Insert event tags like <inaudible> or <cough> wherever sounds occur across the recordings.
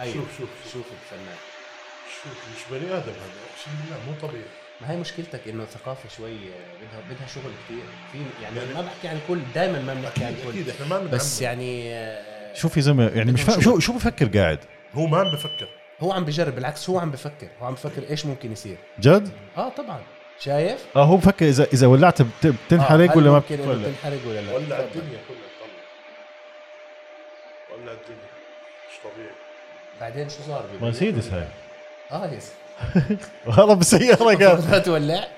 أيوة. شوف شوف شوف شوف الفنان شوف مش بني ادم هذا اقسم بالله مو طبيعي ما هي مشكلتك انه الثقافه شوي بدها بدها شغل كثير في يعني يعني- ما بحكي عن الكل دائما ما بنحكي عن اكيد الكل احنا ما بس بس يعني آه، شوف يا زلمه يعني مش فاهم شو شو بفكر قاعد هو ما عم بفكر هو عم بجرب بالعكس هو عم بفكر هو عم بفكر ايش ممكن يصير جد اه طبعا شايف اه هو بفكر اذا اذا ولعت بت- بتنحرق آه، هل ولا ما ممكن إنه بتولع تنحرق ولا لا ولع تفضل. الدنيا كلها طلع ولع الدنيا مش طبيعي بعدين شو صار بال- مرسيدس هاي اه يس <laughs> هلا بسياره قاعد ما تولع هذا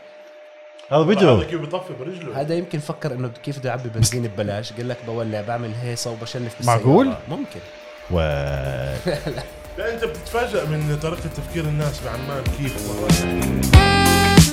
هذا بيجو كيف بيطفي برجله هذا يمكن فكر انه كيف بده يعبي بنزين ببلاش قال لك بولع بعمل هيصه وبشلف بالسيارة. معقول؟ ممكن و- لا انت بتتفاجئ من طريقه تفكير الناس بعمان كيف مرات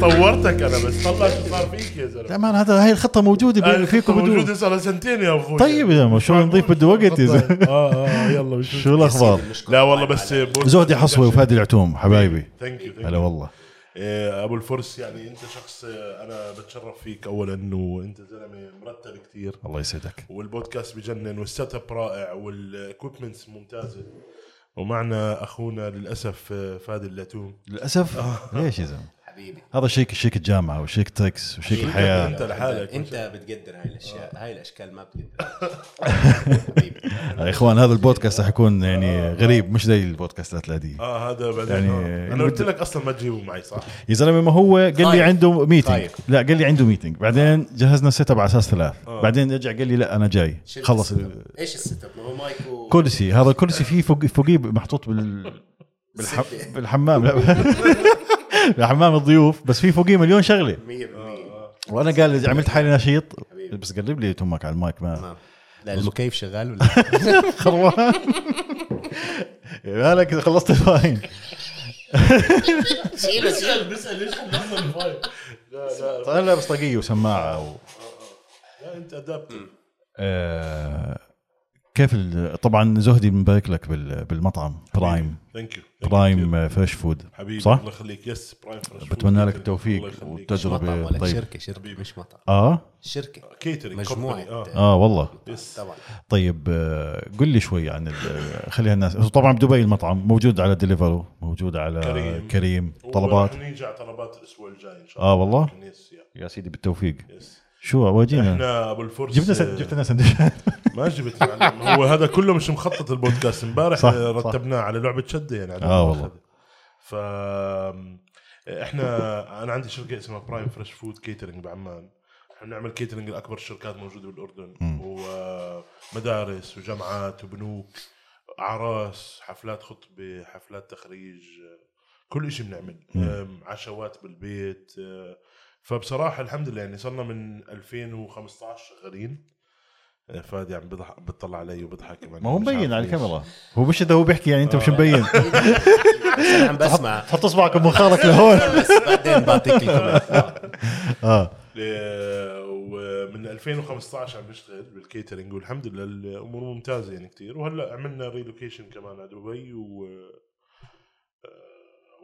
طورتك انا بس طلع شو صار فيك يا لا زلمه مان هذا هاي الخطه موجوده بيني وبينكم موجود بدون صار سنتين يا اخوي طيب يا زلمه شو نضيف بده وقت يا زلمه اه اه يلا مش شو الاخبار المشكلة لا والله بس بورس- زهدي حصوي <laughs> وفادي العتوم <laughs> حبايبي ثانك يو هلا والله إيه، ابو الفرس يعني انت شخص إيه، انا بتشرف فيك اولا انه انت زلمه مرتب كثير الله يسعدك والبودكاست بجنن والسيت اب رائع والاكويبمنتس ممتازه ومعنا اخونا للاسف إيه، فادي اللاتوم للاسف <laughs> ليش يا زلمه حبيبي هذا شيك شيك الجامعه وشيك تكس وشيك الحياه انت لحالك انت بتقدر هاي الاشياء آه. هاي الاشكال ما <laughs> بتقدر حبيبي يا اخوان هذا البودكاست راح يكون يعني غريب مش زي البودكاستات العاديه اه هذا بعدين يعني، يعني انا يعني قلت بد- لك اصلا ما تجيبه معي <laughs> صح؟ يا زلمه ما هو قال لي خايف. عنده ميتنج خايف. لا قال لي عنده ميتنج بعدين جهزنا سيت اب على اساس ثلاث بعدين رجع قال لي لا انا جاي شو خلص الست اب؟ ايش الست اب؟ ما هو مايك و كرسي هذا الكرسي فيه فوق فوقيه محطوط بال بالح... ستة. بالحمام <laughs> لا بالحمام الضيوف بس في فوقيه مليون شغله 100% وانا قال عملت حالي نشيط حبيبي. بس قرب لي تمك على المايك ما ما- لا المكيف شغال <laughs> ولا خروان مالك إذا خلصت الفاين شيله شيله بسال ليش خلصنا الفايل لا لا طيب انا لابس طاقيه وسماعه و... لا انت ادابت آه... كيف ال... طبعا زهدي مبارك لك بال... بالمطعم برايم ثانك يو برايم فريش فود حبيبي صح؟ الله يخليك يس برايم فرش فود. بتمنى لك الله التوفيق يخليك. مطعم والتجربه ولا طيب شركه شركه مش مطعم اه شركه كيترينج مجموعه company. آه. اه والله يس. طبعا طيب آه، قل لي شوي عن ال- آه، خليها الناس طبعا بدبي المطعم موجود على ديليفرو موجود على كريم. كريم, طلبات ورح نيجي على طلبات الاسبوع الجاي ان شاء الله اه والله يس يا- يا سيدي بالتوفيق <laughs> يس شو واجينا احنا ابو الفرس جبنا سن... آه، جبت لنا <laughs> سندويشات ما جبت يا معلم. هو هذا كله مش مخطط البودكاست امبارح صح، آه، صح. رتبناه على لعبه شده يعني على آه الأخذ. والله. ف احنا انا عندي شركه اسمها برايم فريش فود كيترنج بعمان احنا بنعمل كيترنج لاكبر الشركات موجوده بالاردن مم. ومدارس آه، وجامعات وبنوك اعراس حفلات خطبه حفلات تخريج كل شيء بنعمل أم، عشوات بالبيت أه، فبصراحه الحمد لله يعني صرنا من 2015 شغالين أه، فادي عم بضحك بتطلع علي وبضحك كمان ما هو مش عارف مبين على ليش. آه. الكاميرا هو مش اذا هو بيحكي يعني انت <laughs> مش مبين انا عم بسمع حط اصبعك بمخارك لهون بس بعدين بعطيك <laughs> الكومنت آه. اه أه، ومن 2015 عم بشتغل بالكيترينج والحمد لله الامور ممتازه يعني كتير وهلا عملنا ريلوكيشن كمان على دبي و أه،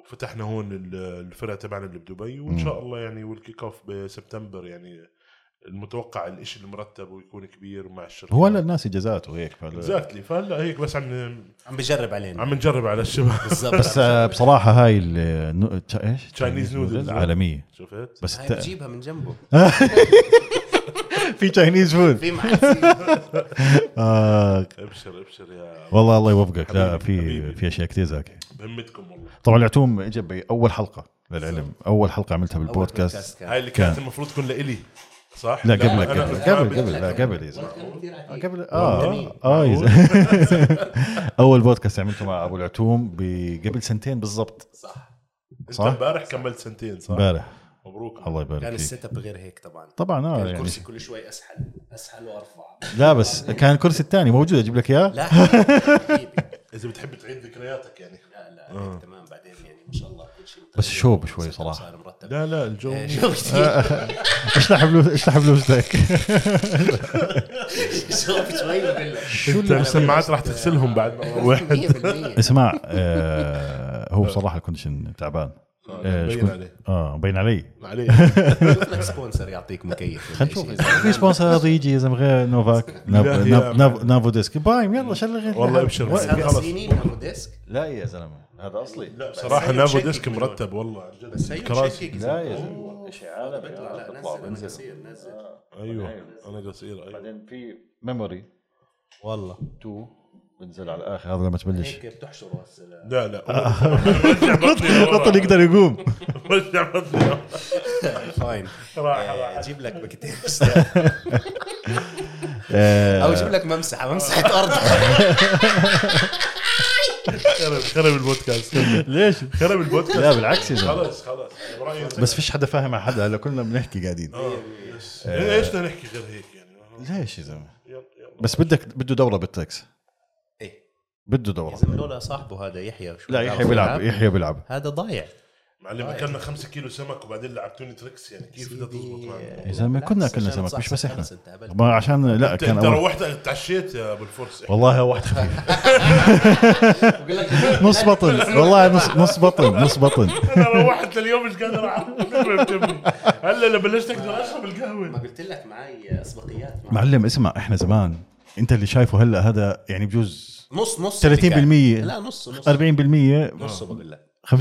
وفتحنا هون ال- الفرع تبعنا اللي بدبي وان شاء الله يعني والكيك اوف بسبتمبر يعني المتوقع الإشي المرتب ويكون كبير مع الشركه هو هلا الناس اجازات وهيك فال... اكزاكتلي فهلا هيك بس عم عم بجرب علينا عم نجرب على الشباب <laughs> بالضبط بس آه، بصراحه هاي ال... آه، نو... تش- ايش Chinese noodles. عالميه شفت بس آه. هاي ت- بجيبها من جنبه <laughs> في تشاينيز فود <laughs> في معك آه ابشر ابشر يا والله الله يوفقك لا حبيبي، في حبيبي. في اشياء كثير زاكيه بهمتكم والله طبعا العتوم اجى باول حلقه للعلم اول حلقه عملتها بالبودكاست بودكاست هاي كان اللي كانت كان. المفروض تكون لإلي صح؟ لا قبلك أنا قبل كنت قبل عامل- قبل لا قبل يا زلمه كان كثير عتيق. قبل اه والله. اه يا زلمة. <laughs> اول بودكاست عملته مع ابو العتوم ب- قبل سنتين بالضبط صح انت صح؟ امبارح كملت سنتين صح؟ امبارح مبروك الله كان يبارك فيك السيت اب غير هيك طبعا طبعا اه كان يعني الكرسي كل شوي اسحل اسحل <laughs> وارفع لا بس كان الكرسي الثاني موجود اجيب لك اياه لا حبيبي اذا بتحب تعيد ذكرياتك يعني لا لا هيك تمام بعدين يعني ان شاء الله كل شيء آه. بس شوب شوي صراحة. صار مرتب <laughs> <laughs> لا لا الجو آه، شوب كثير اشلح فلوس اشلح فلوس لك شوب شوي بقول لك <laughs> <laughs> انت السماعات راح تغسلهم بعد واحد 100% اسمع آه، هو بصراحه الكونديشن تعبان آه، إيش بين كنت- عليه اه مبين علي عليه <laughs> بدك سبونسر يعطيك مكيف ولا خلينا نشوف شيء. إذا في سبونسر يجي يا زلمه <laughs> غير نوفاك ناب- لا، يا ناب- ناب- نافو ديسك بايم يلا شغل غير والله ابشر. و- خلص. هذا صيني هذا ديسك لا يا زلمه هذا اصلي لا بصراحه سيد نافو شيكي ديسك بدون. مرتب والله عن جد بس هي الكراسي شيكيك لا زي- أوه. يا زلمه شيء عالمي بطلع لا بطلع نزل انا بنزل قصير نزل ايوه أيوة. انا قصير <laughs> ايوه بعدين في ميموري والله 2 بنزل على الاخر هذا لما تبلش هيك بتحشره هسه لا لا <laughs> رجع بطني <laughs> آه. بطل يقدر يقوم <laughs> رجع بطني <laughs> <laughs> فاين آه، راح راح جيب لك <laughs> بكتير آه. او جيب لك ممسحه ممسحه ارض خرب خرب البودكاست ليش؟ خرب البودكاست لا بالعكس يا زلمه خلاص خلاص برايي بس فيش حدا فاهم على حدا هلا كلنا بنحكي قاعدين آه، بس. ايش بدنا نحكي غير هيك يعني ليش يا زلمه؟ يلا يلا بس بدك بده دوره بالتكس إيه. بده يا دوره زلمه لولا صاحبه هذا يحيى شو لا يحيى بيلعب يحيى بيلعب هذا ضايع معلم آه. اكلنا 5 كيلو سمك وبعدين لعبتوني تريكس يعني كيف بدها تزبط معنا يا زلمه كنا كنا سمك مش بس احنا ما عشان لا انت كان أنت أول- روحت تعشيت يا ابو الفرس <laughs> والله واحد خفيف بقول لك نص بطن <laughs> والله نص نص بطن نص بطن انا روحت لليوم مش قادر <laughs> اعرف هلا لما بلشت اقدر اشرب ما القهوه قلت لك معي اسبقيات معي. معلم اسمع احنا زمان انت اللي شايفه هلا هذا يعني بجوز نص نص 30% بكان. لا نص نص 40% نص بقول لك 50% <laughs> 50%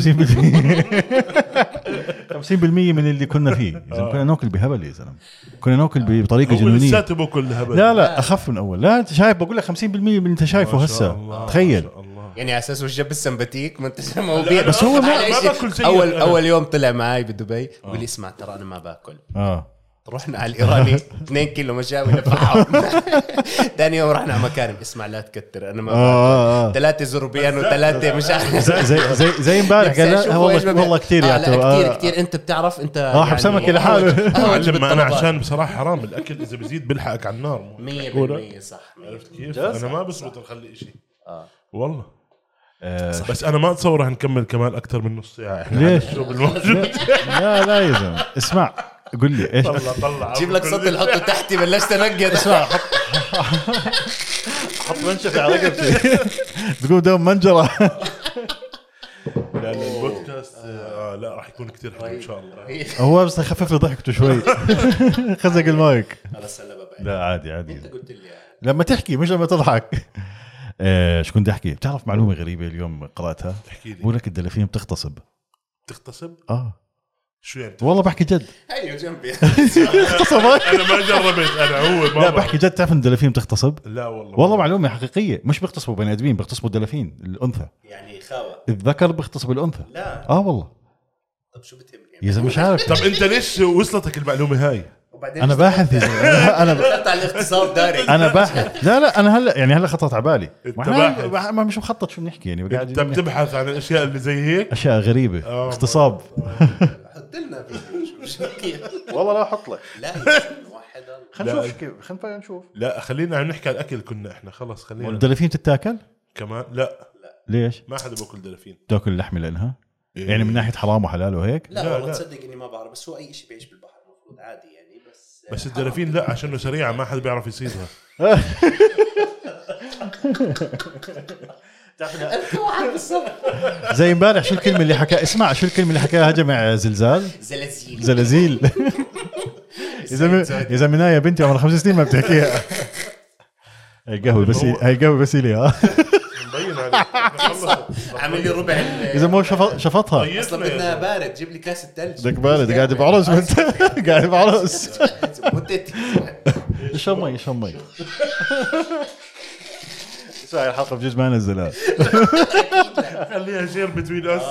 من اللي كنا فيه يا آه. زلمة كنا ناكل بهبل يا زلمه كنا ناكل بطريقه هو جنونيه لساته باكل هبل لا لا اخف من اول لا انت شايف بقول لك 50% من اللي انت شايفه ما شاء هسه الله، تخيل ما شاء الله. يعني على اساس وش جاب السمباتيك <laughs> ما انت لا، موضوع لا، بس هو ما- على ما شيء. باكل زيك اول أنا. اول يوم طلع معي بدبي آه. بقول لي اسمع ترى انا ما باكل اه رحنا على <laughs> الايراني 2 كيلو مشاوي نفعهم <laughs> ثاني يوم رحنا على مكان اسمع لا تكتر انا ما باكل اه اه ثلاثه زربيان وثلاثه مش عارف زي زي زي, زي امبارح قال لا والله والله كثير يعني يعني كثير آه. كثير انت بتعرف يعني انت راح بسمكة لحاله. معلم ما انا عشان بصراحه حرام الاكل اذا بزيد بلحقك على النار مو- 100% صح عرفت كيف؟ جاز. انا ما بزبط نخلي شيء آه. والله آه، بس انا ما اتصور رح نكمل كمان اكثر من نص ساعه احنا ليش؟ على الشرب الموجود لا لا يا زلمه اسمع قول لي ايش <laughs> طلع طلع جيب لك سطل حطه تحتي بلشت انقد اسمع حط منشف <laughs> على رقبتي تقوم دوم منجره لا لا البودكاست آه لا راح يكون كثير حلو ان شاء الله هو بس خفف لي ضحكته <laughs> شوي خزق المايك خلص هلا بابا لا عادي عادي انت قلت لي لما تحكي مش لما تضحك آه، ايش كنت احكي بتعرف معلومه غريبه اليوم قراتها احكي لي بقول لك الدلافين بتغتصب تغتصب اه شو يعني والله بحكي <laughs> جد آه. هيو جنبي اغتصبت انا ما جربت انا هو ما لا بحكي جد تعرف ان الدلافين بتغتصب لا والله والله معلومه حقيقيه مش بيغتصبوا بني ادمين بيغتصبوا الدلافين الانثى <laughs> يعني خاوه الذكر بيغتصب الانثى لا اه والله طب شو بتهمني يا زلمه مش عارف طب انت ليش وصلتك المعلومه هاي؟ وبعدين انا باحث يا زلمه انا دخلت على الاقتصاد داري انا باحث لا لا انا هلا يعني هلا خطرت على بالي أنت ما إحنا- باحث. ما- ما مش مخطط شو بنحكي يعني انت قاعد بتبحث عن الاشياء اللي زي هيك اشياء غريبه آه. اغتصاب حط لنا فيديو شو- شو كيف؟ والله لا احط لك لا <laughs> يا زلمة، وحد الله. خلينا لا. نشوف كيف خلينا نشوف لا خلينا عم نحكي على الاكل كنا احنا خلص خلينا الدلافين بتتاكل؟ كمان لا ليش؟ ما حدا باكل دلافين بتاكل اللحمه لانها؟ إيه. يعني من ناحيه حرام وحلال وهيك؟ لا لا، والله لا. تصدق اني ما بعرف بس هو اي شيء بيعيش بالبحر المفروض عادي يعني بس بس الدلافين <laughs> لا عشانه سريعه ما حدا بيعرف يصيدها اوعى بالصبر زي امبارح شو الكلمه اللي حكاها اسمع شو الكلمه اللي حكاها جمع زلزال زلازل زلازل يا زلمه يا زلمه يا بنتي عمرها خمس سنين ما بتحكيها هاي القهوه بس هاي القهوه بس لي ها مبين <laughs> عليك عامل لي ربع ال- اذا مو شف- طيب، شفطها اصلا بدنا بارد جيب لي كاسه ثلج بدك بارد قاعد بعرس وانت <laughs> <laughs> قاعد بعرس اشرب مي اشرب <laughs> مي اسمع هاي الحلقه بجوز ما نزلها خليها شير بتوين اس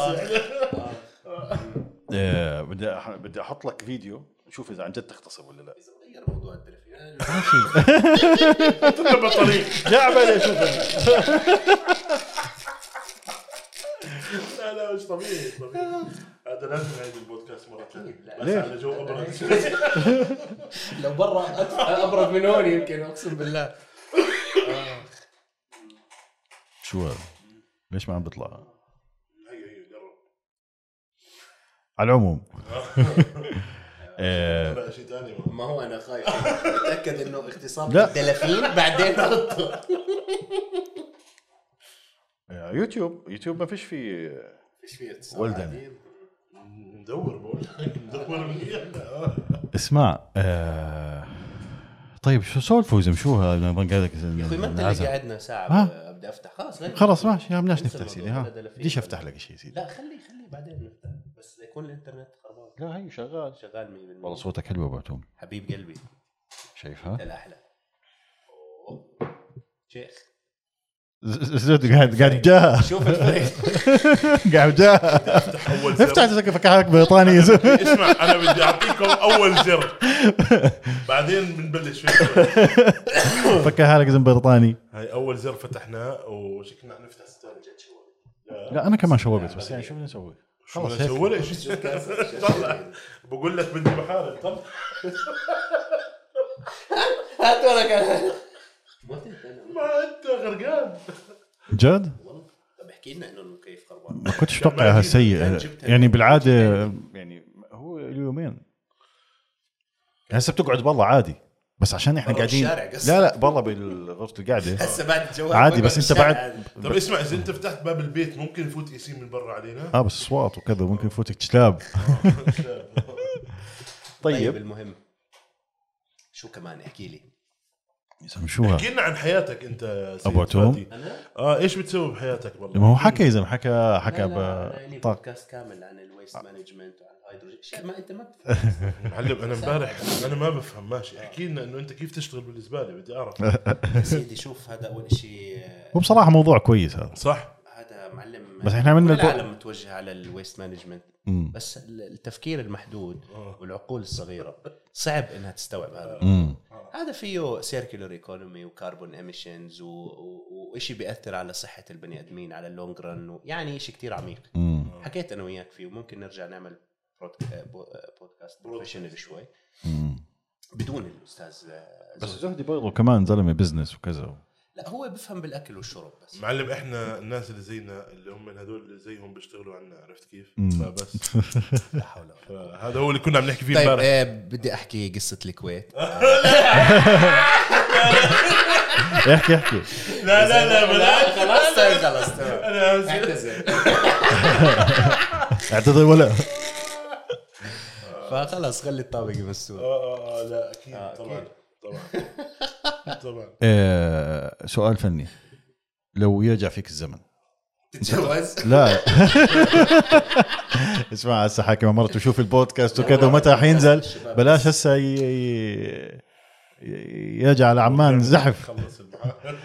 آه، بدي أح- بدي احط لك فيديو نشوف اذا عن جد تختصر ولا لا موضوع الدلافين طلع <laughs> طريق جعبل شوف لا لا مش طبيعي مش طبيعي هذا لازم نعيد البودكاست مره ثانيه ليش؟ على جو <laughs> ابرد لو برا أدفع ابرد من هون يمكن اقسم بالله شو هذا؟ ليش ما عم بيطلع أيوة، على <laughs> العموم آه، لا شيء ثاني ما هو انا خايف متاكد انه اغتصاب لا. الدلافين بعدين حطه آه، يوتيوب يوتيوب ما فيش فيه ايش فيه Well done. ندور بقول لك، ندور <laughs> منيح اسمع آه طيب شو سولفوزم شو هذا قال لك يا اخي ما انت اللي قعدنا ساعه ها؟ ابدا افتح خلاص لا- خلاص ماشي ما بدناش انسى نفتح الموضوع، سيدي ها هذا دلفين. بديش افتح لك شيء سيدي لا خليه خليه بعدين نفتح بس لا يكون الانترنت خربان لا هي شغال شغال 100% والله صوتك حلو ابو عتوم حبيب قلبي شايفها انت الاحلى أوه. شيخ ز- زود قاعد قاعد جاه شوف الفريق قاعد جاه اول افتح زر تسكر فكحك بريطاني يا <laughs> <laughs> زلمه اسمع انا بدي اعطيكم اول زر بعدين بنبلش فيه. فكحك زلمه بريطاني هاي اول زر فتحناه وشكلنا نفتح ستار جد شوي لا انا كمان شوبت بس يعني شو بدنا نسوي شو خلاص بدنا هيك نسوي لك؟ <laughs> طلع. بقول لك بدي بحارب طب هات ورقه ما تهتم. ما انت غرقان جد والله. طب احكي لنا انه المكيف خربان ما كنتش اتوقعها سيء يعني بالعاده يعني هو اليومين هسه بتقعد برا عادي بس عشان احنا برا قاعدين بالشارع قصدك. لا لا برا بالغرفه القعده <laughs> هسه بعد الجوال عادي بس انت بالشارع بعد هذا. طب اسمع اذا انت فتحت باب البيت ممكن يفوت يسيم من برا علينا اه بس اصوات وكذا ممكن يفوتك كلاب طيب طيب المهم شو كمان احكي لي يا زلمة شو هذا احكي لنا عن حياتك انت يا سيد أبو عتوم. فادي. انا اه ايش بتسوي بحياتك والله ما هو حكى يا زلمه حكى لا حكى آه. لا، أنا لي بطاقه بودكاست كامل عن الويست مانجمنت وعن الهيدروجين شيء ما انت ما <laughs> بتفهم معلم انا امبارح انا ما بفهم ماشي احكي لنا انه انت كيف تشتغل بالزباله بدي اعرف أه. يا سيدي شوف هذا اول شيء هو بصراحه موضوع كويس هذا صح هذا معلم بس إحنا عملنا كل البو- العالم متوجه على الويست مانجمنت امم بس ال- التفكير المحدود آه. والعقول الصغيره صعب انها تستوعب هذا امم آه. هذا فيه سيركلر ايكونومي وكربون ايميشنز وشيء بياثر على صحه البني ادمين على اللونج رن يعني شيء كتير عميق امم حكيت انا وياك فيه وممكن نرجع نعمل برودك- آه، بو- آه، بودكاست بروفيشنال شوي بدون الاستاذ آه، بس زوزو. زهدي برضه كمان زلمه بزنس وكذا لا هو بفهم بالاكل والشرب بس معلم احنا الناس اللي زينا اللي هم من هذول اللي زيهم بيشتغلوا عنا عرفت كيف؟ مم. فبس <laughs> لا حول ولا قوة. هذا هو اللي كنا عم نحكي فيه طيب امبارح آه بدي احكي قصه الكويت احكي احكي لا لا لا بلاش خلاص طيب، خلاص تمام. انا آسف. اعتذر اعتذر ولا فخلاص خلي الطابق مسدود اه اه آه، لا اكيد آه، طبعا أكيد. طبعا <laughs> طبعا آه، سؤال فني لو يرجع فيك الزمن تتجوز لا <laughs> اسمع هسه حاكي مع مرته شوف البودكاست وكذا ومتى حينزل بلاش هسه ي... ي... ي- يرجع على عمان زحف خلص المحاضرة.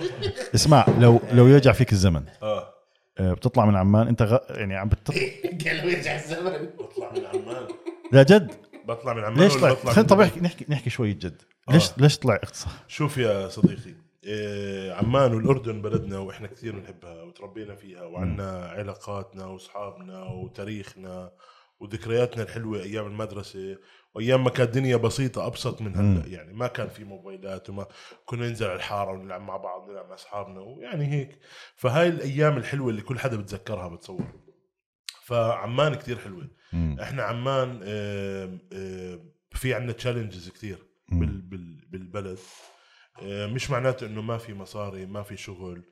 <laughs> اسمع لو لو يرجع فيك الزمن اه آه، بتطلع من عمان انت غ... يعني عم بتطلع قال يرجع الزمن بطلع من عمان لا جد بطلع من عمان ليش ولا طلعت بطلع خلينا من- آه. طب احكي نحكي نحكي شويه جد ليش ليش طلع اقتصاد شوف يا صديقي إيه، عمان والاردن بلدنا واحنا كثير بنحبها وتربينا فيها وعندنا علاقاتنا واصحابنا وتاريخنا وذكرياتنا الحلوه ايام المدرسه وايام ما كانت الدنيا بسيطه ابسط من هلا يعني ما كان في موبايلات وما كنا ننزل على الحاره ونلعب مع بعض نلعب مع اصحابنا ويعني هيك فهاي الايام الحلوه اللي كل حدا بتذكرها بتصور فعمان كثير حلوه احنا عمان آم، آم، في عندنا تشالنجز كثير بال بال بالبلد آه، مش معناته انه ما في مصاري ما في شغل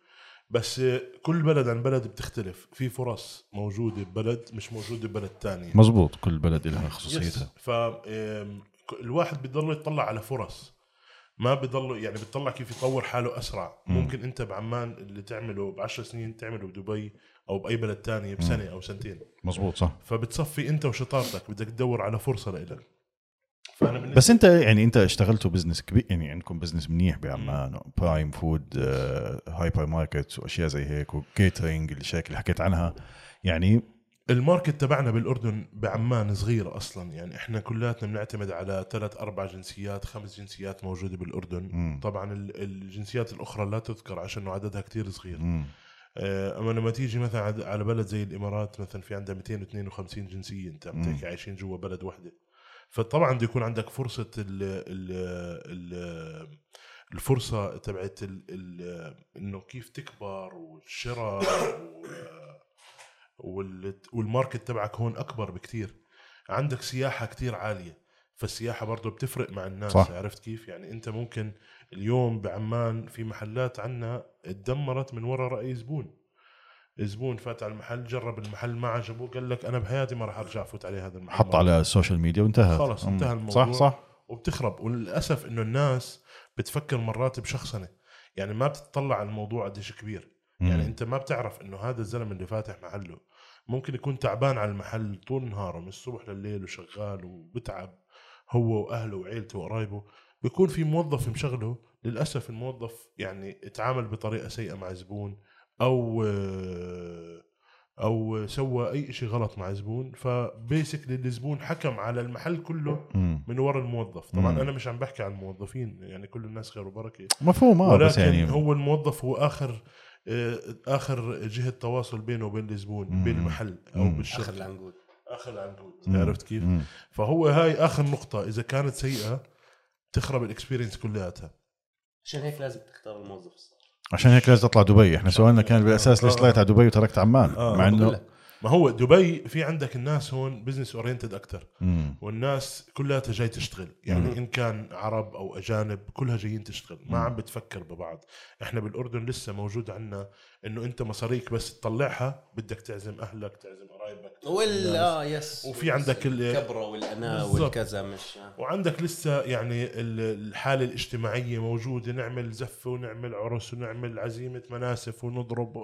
بس آه، كل بلد عن بلد بتختلف في فرص موجوده ببلد مش موجوده ببلد تانية مزبوط كل بلد لها خصوصيتها ف الواحد بيضل يطلع على فرص ما بضل يعني بتطلع كيف يطور حاله اسرع مم. ممكن انت بعمان اللي تعمله بعشر سنين تعمله بدبي او باي بلد تانية بسنه او سنتين مزبوط صح فبتصفي انت وشطارتك بدك تدور على فرصه لإلك فانا بالنسبه بس انت يعني انت اشتغلتوا بزنس كبير يعني عندكم بزنس منيح بعمان برايم فود آه، هايبر ماركت واشياء زي هيك وكيترينج الاشياء اللي حكيت عنها يعني الماركت تبعنا بالاردن بعمان صغير اصلا يعني احنا كلياتنا بنعتمد على ثلاث اربع جنسيات خمس جنسيات موجوده بالاردن مم. طبعا ال- الجنسيات الاخرى لا تذكر عشان عددها كتير صغير مم. آه، اما لما تيجي مثلا عد- على بلد زي الامارات مثلا في عندها 252 جنسيه انت عم مم. تحكي عايشين جوا بلد واحده فطبعا بده يكون عندك فرصه ال ال ال الفرصه تبعت ال ال انه كيف تكبر والشراء وال- وال- والماركت تبعك هون اكبر بكتير عندك سياحه كتير عاليه فالسياحه برضه بتفرق مع الناس صح. صح. عرفت كيف يعني انت ممكن اليوم بعمان في محلات عنا اتدمرت من وراء راي زبون زبون فات على المحل جرب المحل ما عجبه قال لك انا بحياتي ما راح ارجع افوت عليه هذا المحل حط مرة. على السوشيال ميديا وانتهى خلص أم. انتهى الموضوع. صح صح وبتخرب وللاسف انه الناس بتفكر مرات بشخصنه يعني ما بتطلع على الموضوع قديش كبير يعني يعني انت ما بتعرف انه هذا الزلمه اللي فاتح محله ممكن يكون تعبان على المحل طول نهاره من الصبح لليل وشغال وبتعب هو واهله وعيلته وقرايبه بيكون في موظف مشغله للاسف الموظف يعني اتعامل بطريقه سيئه مع زبون او او سوى اي شيء غلط مع زبون فبيسكلي الزبون حكم على المحل كله من ورا الموظف مم. طبعا انا مش عم بحكي عن الموظفين يعني كل الناس خير وبركه مفهوم اه ولكن بس يعني هو الموظف هو اخر آه، اخر جهه تواصل بينه وبين الزبون مم. بالمحل او مم. اخر بالشركه العنقود اخر العنقود مم. عرفت كيف؟ مم. فهو هاي اخر نقطه اذا كانت سيئه تخرب الاكسبيرينس كلياتها عشان هيك لازم تختار الموظف الصح عشان هيك لازم تطلع دبي احنا سؤالنا كان بالاساس ليش آه. طلعت على دبي وتركت عمان آه، مع بقول انه لك، ما هو دبي في عندك الناس هون بزنس اورينتد اكثر مم. والناس كلها جاي تشتغل يعني مم. ان كان عرب او اجانب كلها جايين تشتغل ما مم. عم بتفكر ببعض احنا بالاردن لسه موجود عنا انه انت مصاريك بس تطلعها بدك تعزم اهلك تعزم قرايبك وال اه يس وفي عندك ال- الكبره والأنا بالضبط. والكذا مش وعندك لسه يعني ال- الحالة الاجتماعية موجودة نعمل زفة ونعمل عرس ونعمل عزيمة مناسف ونضرب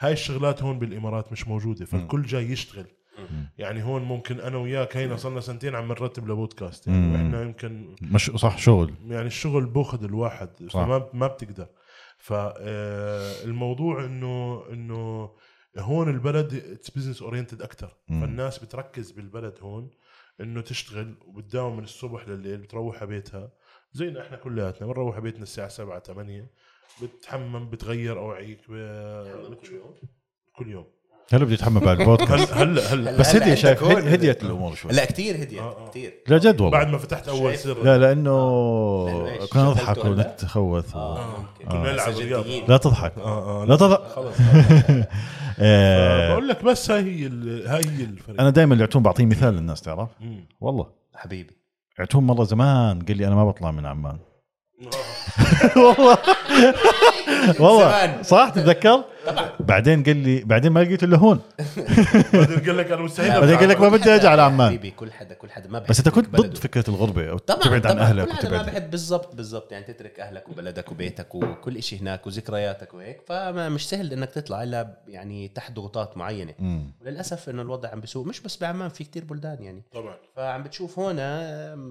هاي الشغلات هون بالإمارات مش موجودة فالكل جاي يشتغل مم. يعني هون ممكن أنا وياك هينا صلنا سنتين عم نرتب لبودكاست يعني مم. وإحنا يمكن مش صح شغل يعني الشغل بأخذ الواحد فما ما بتقدر فالموضوع إنه إنه هون البلد اتس بزنس اورينتد اكثر مم. فالناس بتركز بالبلد هون انه تشتغل وبتداوم من الصبح لليل بتروح على بيتها زينا احنا كلياتنا بنروح على بيتنا الساعه 7 8 بتحمم بتغير اوعيك ب... بتشوف- كل يوم هلا بدي اتحمى <laughs> بعد البودكاست هلا هلا هلا بس هلا هدي عندك شايف هون- هد- هديت الامور شوي لا كثير هديت آه، آه. كثير لا جد والله بعد ما فتحت اول شايف؟ سر لا لانه لأنه إيش؟ كنا شغلته نضحك ولا؟ ونتخوث و... اه ممكن كنا نلعب سجلتيين. رياضة. لا تضحك آه. اه اه لا <laughs> تضحك خلص آه، بقول لك بس هاي هي ال- هاي هي الفرق انا دائما العتون بعطيه مثال للناس تعرف مم. والله حبيبي عتون مره زمان قال لي انا ما بطلع من عمان آه. <laughs> والله والله زمان. صح تتذكر بعدين قال لي بعدين ما لقيت الا هون بعدين قال لك انا مستحيل بدي أرجع أقول لك كل ما بدي حدا أرجع على يا عمان. حبيبي كل حدا كل حدا ما بحب بس انت كنت ضد بلده. فكره الغربه او طبعا تبعد عن طبعاً، اهلك كل حدا ما وتبعد بحب بالضبط بالضبط يعني تترك اهلك وبلدك وبيتك وكل إشي هناك وذكرياتك وهيك فما مش سهل انك تطلع الا يعني تحت ضغوطات معينه مم. وللاسف انه الوضع عم بسوء مش بس بعمان في كتير بلدان يعني طبعا فعم بتشوف هون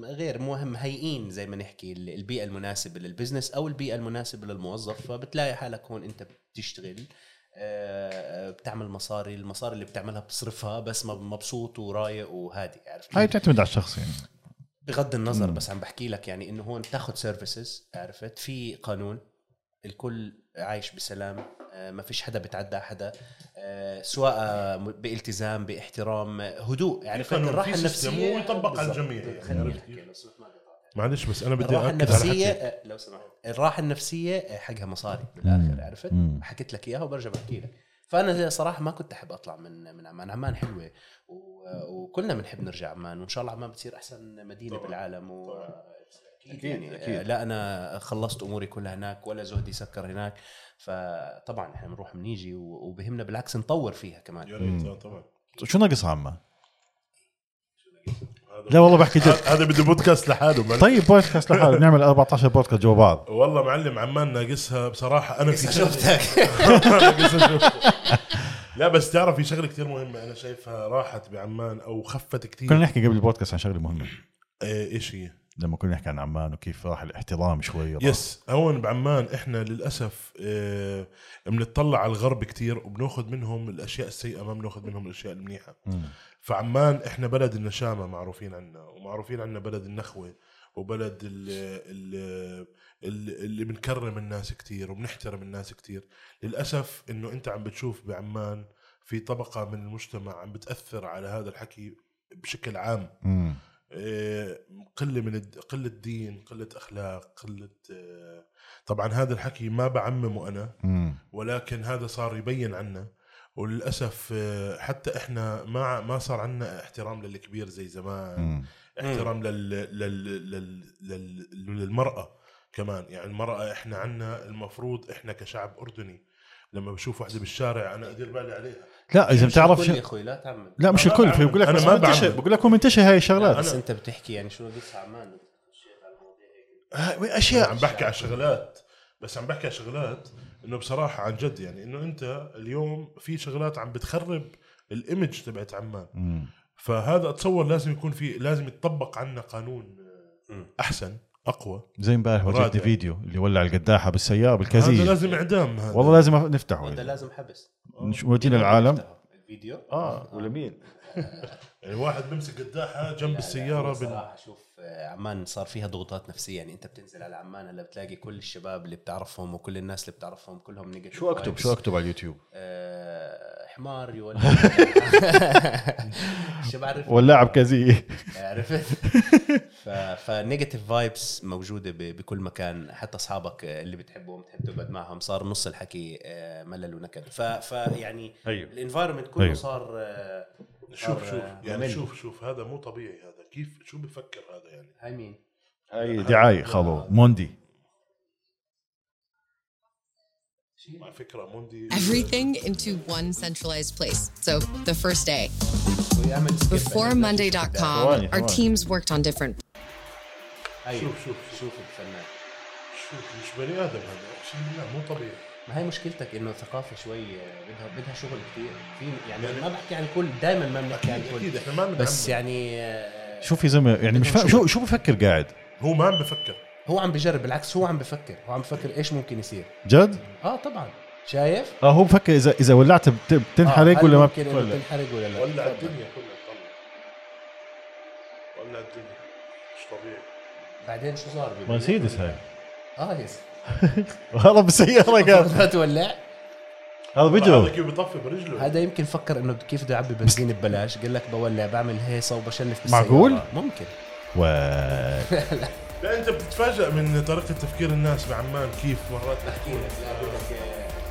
غير مهم مهيئين زي ما نحكي ال- البيئه المناسبه للبزنس او البيئه المناسبه للموظف فبتلاقي حالك هون انت بتشتغل آه، بتعمل مصاري المصاري اللي بتعملها بتصرفها بس مب- مبسوط ورايق وهادي عرفت هاي بتعتمد على الشخص يعني بغض النظر مم. بس عم بحكي لك يعني انه هون تاخذ سيرفيسز عرفت في قانون الكل عايش بسلام آه، ما فيش حدا بتعدى على حدا آه، سواء م- بالتزام باحترام آه، هدوء عرفت قانون، الراحه في system، النفسيه هو يطبق على بالضبط. الجميع يعني، خليني عرفت احكي كيف؟ لو سمحت ما أقطعك. معلش بس انا بدي الراحه اكد على <laughs> النفسيه حكي آه، لو سمحت الراحه النفسيه آه، حقها مصاري بالاخر عرفت مم. حكيت لك اياها وبرجع بحكي لك فانا صراحه ما كنت احب اطلع من من عمان عمان حلوه و- وكلنا بنحب نرجع عمان وان شاء الله عمان بتصير احسن مدينه طبعاً. بالعالم و طبعاً. اكيد يعني أكيد. لا انا خلصت اموري كلها هناك ولا زهدي سكر هناك فطبعا احنا بنروح بنيجي و- وبهمنا بالعكس نطور فيها يا <laughs> كمان ريت آه، طبعا شو ناقص عمان؟ هذا لا والله <laughs> بحكي جد هذا- هذا بده بودكاست لحاله معلش. طيب بودكاست لحاله نعمل 14 بودكاست جوا بعض والله معلم عمان ناقصها بصراحه انا في شغله شفتك <laughs> ناقصها شغلة. لا بس تعرف في شغله كثير مهمه انا شايفها راحت بعمان او خفت كنا كثير نحكي قبل البودكاست عن شغله مهمه ايش هي؟ لما كنا نحكي عن عمان وكيف راح الاحترام شوي راح. يس هون بعمان احنا للاسف آه، بنطلع على الغرب كثير وبناخذ منهم الاشياء السيئه ما بناخذ منهم الاشياء المنيحه مم. فعمان احنا بلد النشامه معروفين عنا ومعروفين عنا بلد النخوه وبلد ال ال ال- اللي بنكرم الناس كتير وبنحترم الناس كتير للأسف إنه أنت عم بتشوف بعمان في طبقة من المجتمع عم بتأثر على هذا الحكي بشكل عام مم. آه، قله من الد... قله دين قله اخلاق قله آه، طبعا هذا الحكي ما بعممه انا مم. ولكن هذا صار يبين عنا وللاسف آه، حتى احنا ما ما صار عنا احترام للكبير زي زمان مم. احترام لل... لل... لل... لل... للمراه كمان يعني المراه احنا عنا المفروض احنا كشعب اردني لما بشوف واحده بالشارع انا ادير بالي عليها لا اذا بتعرف شو شو يا اخوي لا تعمل لا مش يعني. أنا بعمل. الكل في بقول لك أنا بس ما منتشر بعمل. بقول لك هو منتشر هاي الشغلات بس أنا- انت بتحكي يعني شو قصة عمان هاي لا، اشياء عم بحكي على شغلات آه، بس عم بحكي على شغلات انه بصراحه عن جد يعني انه انت اليوم في شغلات عم بتخرب الايمج تبعت عمان مم. فهذا اتصور لازم يكون في لازم يتطبق عنا قانون آه، مم. احسن اقوى زي امبارح وجدت رادع. فيديو اللي ولع القداحه بالسياره هذا بالكازية لازم اعدام هذا والله لازم نفتحه هذا لازم حبس نش- ودينا العالم الفيديو اه آه، ولا مين يعني واحد بيمسك قداحه جنب لا، السياره لا، بال... يعني صراحة شوف آه، عمان صار فيها ضغوطات نفسية يعني أنت بتنزل على عمان هلا بتلاقي كل الشباب اللي بتعرفهم وكل الناس اللي بتعرفهم كلهم نيجاتيف شو اكتب شو اكتب على اليوتيوب حمار <laughs> يولع شو بعرف ولاعه كازية <laughs> عرفت فنيجاتيف فايبس موجوده ب- بكل مكان حتى اصحابك اللي بتحبهم تحب تقعد معهم صار نص الحكي آه، ملل ونكد ف- فيعني ايوه الانفايرمنت كله أيوه. صار آه، شوف صار، شوف آه، يعني ممل. شوف شوف هذا مو طبيعي هذا كيف شو بفكر هذا يعني هاي مين هاي دعايه خلو موندي على فكره موندي everything into one centralized place. So the first day, ويعمل skip. before أنا بدي أشوف الدعاية. ثواني، Monday.com, our ثواني. teams worked on different أيوه. شوف- شوف- شوف الفنان شوف مش بني ادم هذا اقسم بالله مو طبيعي ما هي مشكلتك انه الثقافه شوي آه، بدها بدها شغل كثير في يعني ما بحكي عن الكل دائما ما بنحكي عن الكل اكيد احنا ما بنعمم. بس يعني آه، شوف يا زلمه يعني مش فاهم شو شو بفكر قاعد هو ما عم بفكر هو عم بجرب بالعكس هو عم بفكر هو عم بفكر ايش ممكن يصير جد اه طبعا شايف اه هو بفكر اذا اذا ولعت بت- بتنحرق هل ولا ما آه، ممكن إنه بتولع تنحرق ولا لا ولع تفضل. الدنيا كلها طلع ولع الدنيا مش طبيعي بعدين شو صار بال- مرسيدس هاي اه يس هذا بالسياره قاعد ما تولع هذا هذا فيديو كيف بيطفي برجله هذا يمكن فكر انه كيف بده يعبي بنزين ببلاش قال لك بولع بعمل هيصه وبشلف بالسيارة. معقول؟ ممكن و- لا انت بتتفاجئ من طريقه تفكير الناس بعمان كيف مرات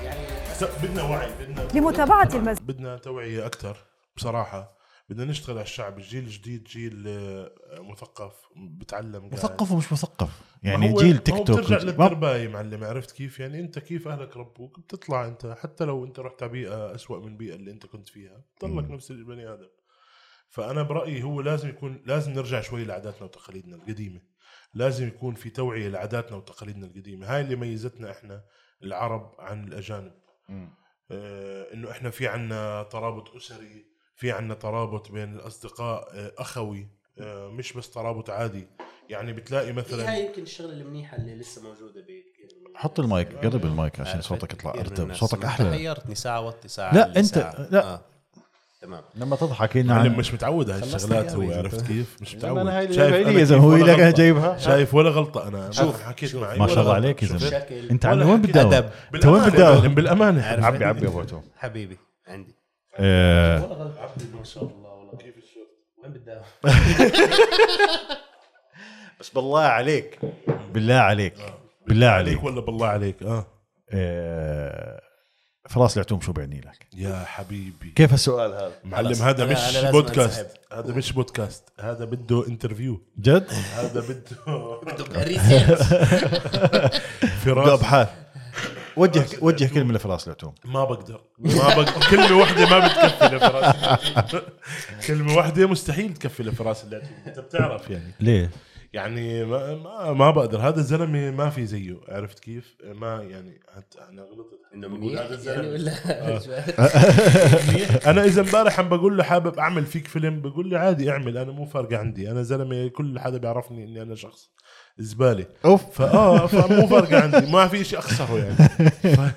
يعني لا، بدنا وعي بدنا لمتابعة المزيد بدنا توعيه اكثر بصراحه بدنا نشتغل على الشعب الجيل الجديد جيل آه، مثقف بتعلم قاعد. مثقف ومش مثقف ما يعني هو- جيل ما تيك هو توك بترجع ما- للتربايه معلم عرفت كيف يعني انت كيف اهلك ربوك بتطلع انت حتى لو انت رحت على بيئه اسوء من البيئه اللي انت كنت فيها بتضلك مم. نفس البني ادم فانا برايي هو لازم يكون لازم نرجع شوي لعاداتنا وتقاليدنا القديمه لازم يكون في توعيه لعاداتنا وتقاليدنا القديمه هاي اللي ميزتنا احنا العرب عن الاجانب آه، انه احنا في عنا ترابط اسري في عنا ترابط بين الاصدقاء آه، اخوي آه، مش بس ترابط عادي يعني بتلاقي مثلا هاي يمكن الشغله المنيحه اللي لسه موجوده بكثير من- حط المايك قرب المايك عشان عرفت؟ صوتك يطلع كثير آه، من ارتب الناس. صوتك ما احلى غيرتني ساعه وطي ساعه لا، علي أنت- ساعة. لا. آه. تمام لما تضحك إيه، نعم. هنا معلم عن- يعني مش متعود على خلصنا الشغلات يا هو ولد. عرفت كيف مش زلمة متعود انا هاي شايف اللي أنا يا زلمه كيف هو ولا يلاقيها غلطة. جايبها شايف ولا غلطه انا شوف، شوف حكيت شوف. معي ما ولا شاء الله غلطة. عليك يا شوف. زلمه شكل. انت عن ولا وين حكي بدي أروح؟ أدب. انت وين بدي بالأمانة، أروح؟ بالامانه عرفت؟ عبي عبي ابو عتوم حبيبي عندي آه، عبد ما شاء الله والله كيف الشغل وين بدي بس بالله عليك بالله عليك بالله عليك عليك ولا بالله عليك اه آه، فراس العتوم شو بيعني لك يا حبيبي كيف السؤال هذا معلم خلاص. هذا أنا- أنا مش لازم بودكاست أنسحب. هذا مش بودكاست هذا بده انترفيو جد هذا بده <laughs> ريسيرش بدي فراس ابحاث وجه وجه كلمه لفراس العتوم ما بقدر ما بقدر كلمة واحدة ما بتكفي لفراس <laughs> كلمة واحدة مستحيل تكفي لفراس اللاتيني انت بتعرف يعني ليه يعني ما ما, ما بقدر هذا الزلمة ما في زيه عرفت كيف؟ ما يعني هت انا غلطت انه بقول منيح هذا يعني الزلمة آه. ولا <laughs> انا اذا امبارح عم بقول له حابب اعمل فيك فيلم بقول لي عادي اعمل انا مو فارقة عندي انا زلمة كل حدا بيعرفني اني انا شخص زبالة اوف فاه فمو فارقة عندي ما في شيء اخسره يعني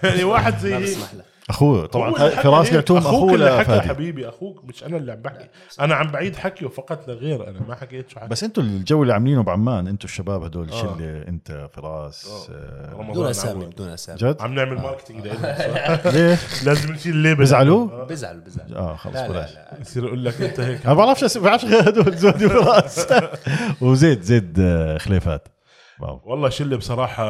يعني واحد زي ما بسمح <laughs> لك اخوه طبعا هو اللي حكى فراس ليه؟ العتوم اخوك اخوه اللي حكى لفادي حبيبي اخوك مش انا اللي عم بحكي انا عم بعيد حكيه فقط لغير انا ما حكيت شو حكي بس انتوا الجو اللي عاملينه بعمان انتوا الشباب هدول آه. الشله انت فراس آه. آه، رمضان بدون عم اسامي عمل. بدون اسامي جد عم نعمل ماركتينج لإلنا، ليه صح؟ <laughs> لازم نشيل الليبل بزعلوا؟ بزعل بزعل اه خلص لا لا بلاش لا يصير يقول لك انت هيك <laughs> انا بعرفش أس- بعرفش غير هدول زودي وفراس وزيد زيد آه، خليفات <laughs> واو والله شله بصراحه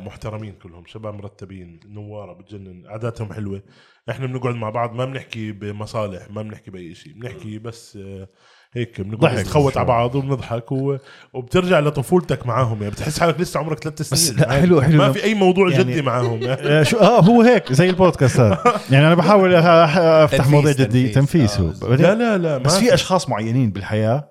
محترمين كلهم شباب مرتبين نواره بتجنن عاداتهم حلوه احنا بنقعد مع بعض ما بنحكي بمصالح ما بنحكي باي شيء بنحكي بس آه، هيك بنقعد ضحك. نتخوت على بعض وبنضحك و... وبترجع لطفولتك معاهم يعني بتحس حالك لسه عمرك ثلاث بس سنين يعني لا، حلو- حلو ما لما- في اي موضوع يعني- جدي معاهم آه، شو اه هو هيك زي البودكاست هذا يعني انا بحاول أح- أح- افتح تنفيس- مواضيع جدية تنفيس. تنفيس هو آه. <laughs> بعدين- لا لا لا ما بس في اشخاص معينين بالحياه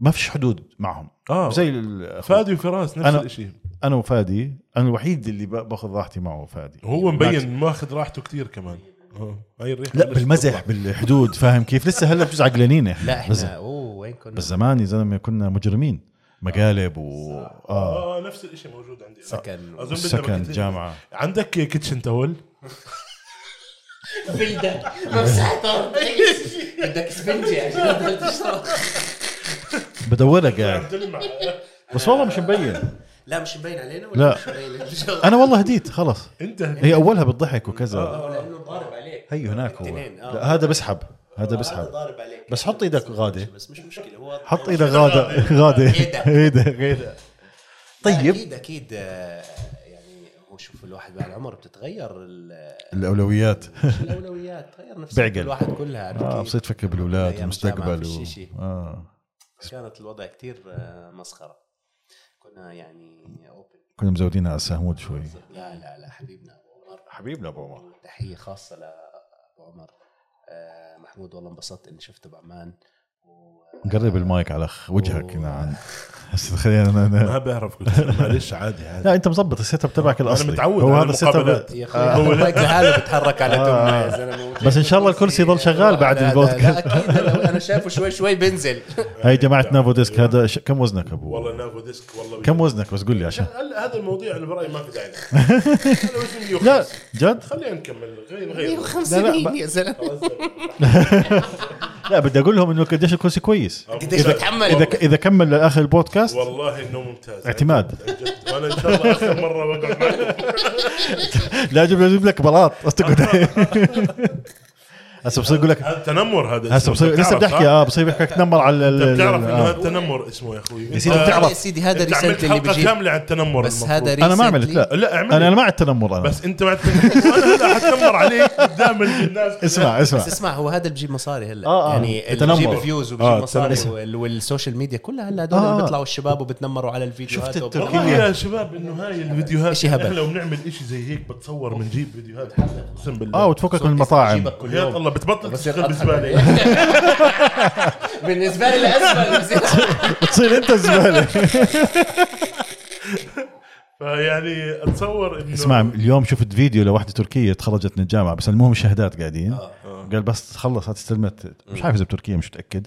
ما فيش حدود معهم اه زي ال- فادي وفراس نفس أنا- الشيء انا وفادي انا الوحيد اللي ب- باخذ راحتي معه فادي هو بالعكس. مبين ماخذ راحته كثير كمان آه، هاي الريحه لا بلشت بالمزح تطلع. بالحدود فاهم كيف لسه هلا بجوز عقلانين لا بس, احنا اوه وين كنا بس زمان يا زلمه كنا مجرمين مقالب و اه اه نفس الشيء موجود عندي آه. سكن أظن بدنا سكن باكيت- جامعه عندك كيتشن تاول <laughs> بدك مسحتها بدك سفنجه عشان تقدر تشتغل بدورها قاعد بس والله مش مبين لا مش مبين علينا لا. مش مبين الشغل؟ انا والله هديت خلاص انت هي اولها بالضحك وكذا لانه ضارب عليك هي هناك هو الاثنين، آه. لا هذا بسحب هذا هذا بسحب ضارب عليك بس حط ايدك غادة. بس مش مشكله هو حط ايدك غاده غاده إيدك. <laughs> ايدك ايدك طيب اكيد اكيد آه، يعني هو شوف الواحد مع العمر بتتغير ال- الاولويات الاولويات تغير نفسك بعقل. الواحد كلها عرفت اه كيف؟ بصير تفكر بالاولاد أيام الجامعة والمستقبل فيش و... إشي. اه كانت الوضع كتير آه، مسخره كنا يعني اوبن كنا مزودين على السهمود شوي لا لا لا حبيبنا ابو عمر حبيبنا ابو عمر تحيه خاصه لابو عمر آه، محمود والله انبسطت اني شفته بعمان و- قرب المايك على خ- وجهك أوه. هنا نعم. عن هسه خلينا أنا- أنا- ما بعرف كل شيء. <laughs> معلش عادي عادي لا انت مظبط السيت اب تبعك الاصلي متعود هو على هذا السيت المقابلات. اب يا اخوي هو هيك لحاله بتحرك على تمه يا زلمه آه. بس إن شاء الله الكرسي يضل شغال بعد لا، لا، لا البودكاست. اكيد أنا- <laughs> انا شايفه شوي شوي <laughs> بينزل هاي جماعه نافو ديسك هذا ش... كم وزنك ابو يعني. والله نافو ديسك والله كم وزنك بس قول لي عشان هلا هذا المواضيع اللي برايي ما في <laughs> داعي أنا وزني لا 150. جد خلينا نكمل غير <laughs> غير 150 يا زلمه لا بدي اقول لهم انه قديش الكرسي كويس قديش اذا بتحمل ك... اذا كمل لاخر البودكاست والله انه ممتاز اعتماد. عن جد. وانا ان شاء الله اخر مره بقعد معك لا اجيب اجيب لك بلاط استقعد هسه بصير يقول لك هذا تنمر هذا هسه اسمه. بصير أنت لسه بتعرف، بحكي صح؟ اه بصير بحكي لك تنمر على انت ال- ال- بتعرف انه هذا آه. التنمر اسمه يا اخوي يا سيدي أنت- بتعرف. يا سيدي هذا انت عملت رسالتي اللي حلقه بجيب كامله عن التنمر بس المفروض. هذا انا ما عملت recently. لا لا، اعمل. انا ما عملت تنمر انا بس انت ما <laughs> تتنمر. انا لا حتنمر عليك قدام الناس اسمع اسمع بس اسمع هو هذا اللي بجيب مصاري هلا آه، آه. يعني اللي التنمر. بجيب فيوز وبجيب آه، مصاري التنمر. وال- والسوشيال ميديا كلها هلا هدول آه. اللي بيطلعوا الشباب وبتنمروا على الفيديوهات شفت وب- والله يا شباب انه هاي الفيديوهات إشي هبل. احنا لو بنعمل اشي زي هيك بتصور بنجيب فيديوهات اقسم بالله اه وتفكك من المطاعم بجيبك كل يا يوم الله بتبطل بس تشتغل يقطع <laughs> بالزباله بالنسبه لي <laughs> <laughs> الازمه بتصير انت الزباله فيعني اتصور انه اسمع اليوم شفت فيديو لوحده تركيه تخرجت من الجامعه بس المهم الشهادات قاعدين آه. قال بس تخلص هات استلمت مش عارف اذا بتركيا مش متاكد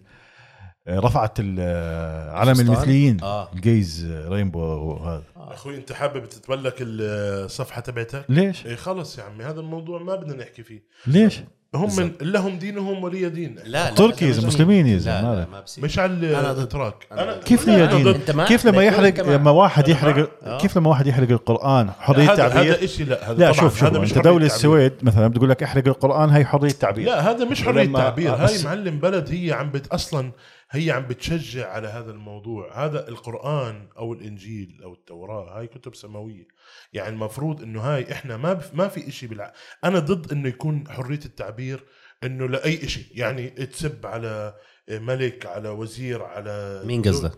آه، رفعت ال- آه، علم فستان؟ المثليين آه. الجيز آه، رينبو وهذا اخوي انت حابب تتبلك الصفحه تبعتك ليش؟ إيه خلص يا عمي هذا الموضوع ما بدنا نحكي فيه ليش؟ هم من لهم دينهم ولي دين لا تركي يا زلمة، مسلمين يا زلمة، لا لا مالك. ما بصير مش على أنا ضد. الاتراك أنا ضد. كيف لا، لي أنا دين؟ ضد. أنت معك؟ كيف لما ليك يحرق أنت معك. لما واحد أنا معك. يحرق كيف لما واحد يحرق القران حريه هذا هذا تعبير شيء آه. لا هذا لا طبعاً، شوف شوف هذا مش انت حرية دوله تعبير. السويد مثلا بتقول لك احرق القران هي حريه تعبير لا هذا مش حريه لما- تعبير آه، هاي بس- معلم بلد هي عم بت اصلا هي عم بتشجع على هذا الموضوع هذا القران او الانجيل او التوراه هاي كتب سماويه يعني المفروض انه هاي احنا ما بف ما في إشي بالع... انا ضد انه يكون حريه التعبير انه لاي إشي يعني تسب على ملك على وزير على مين قصدك؟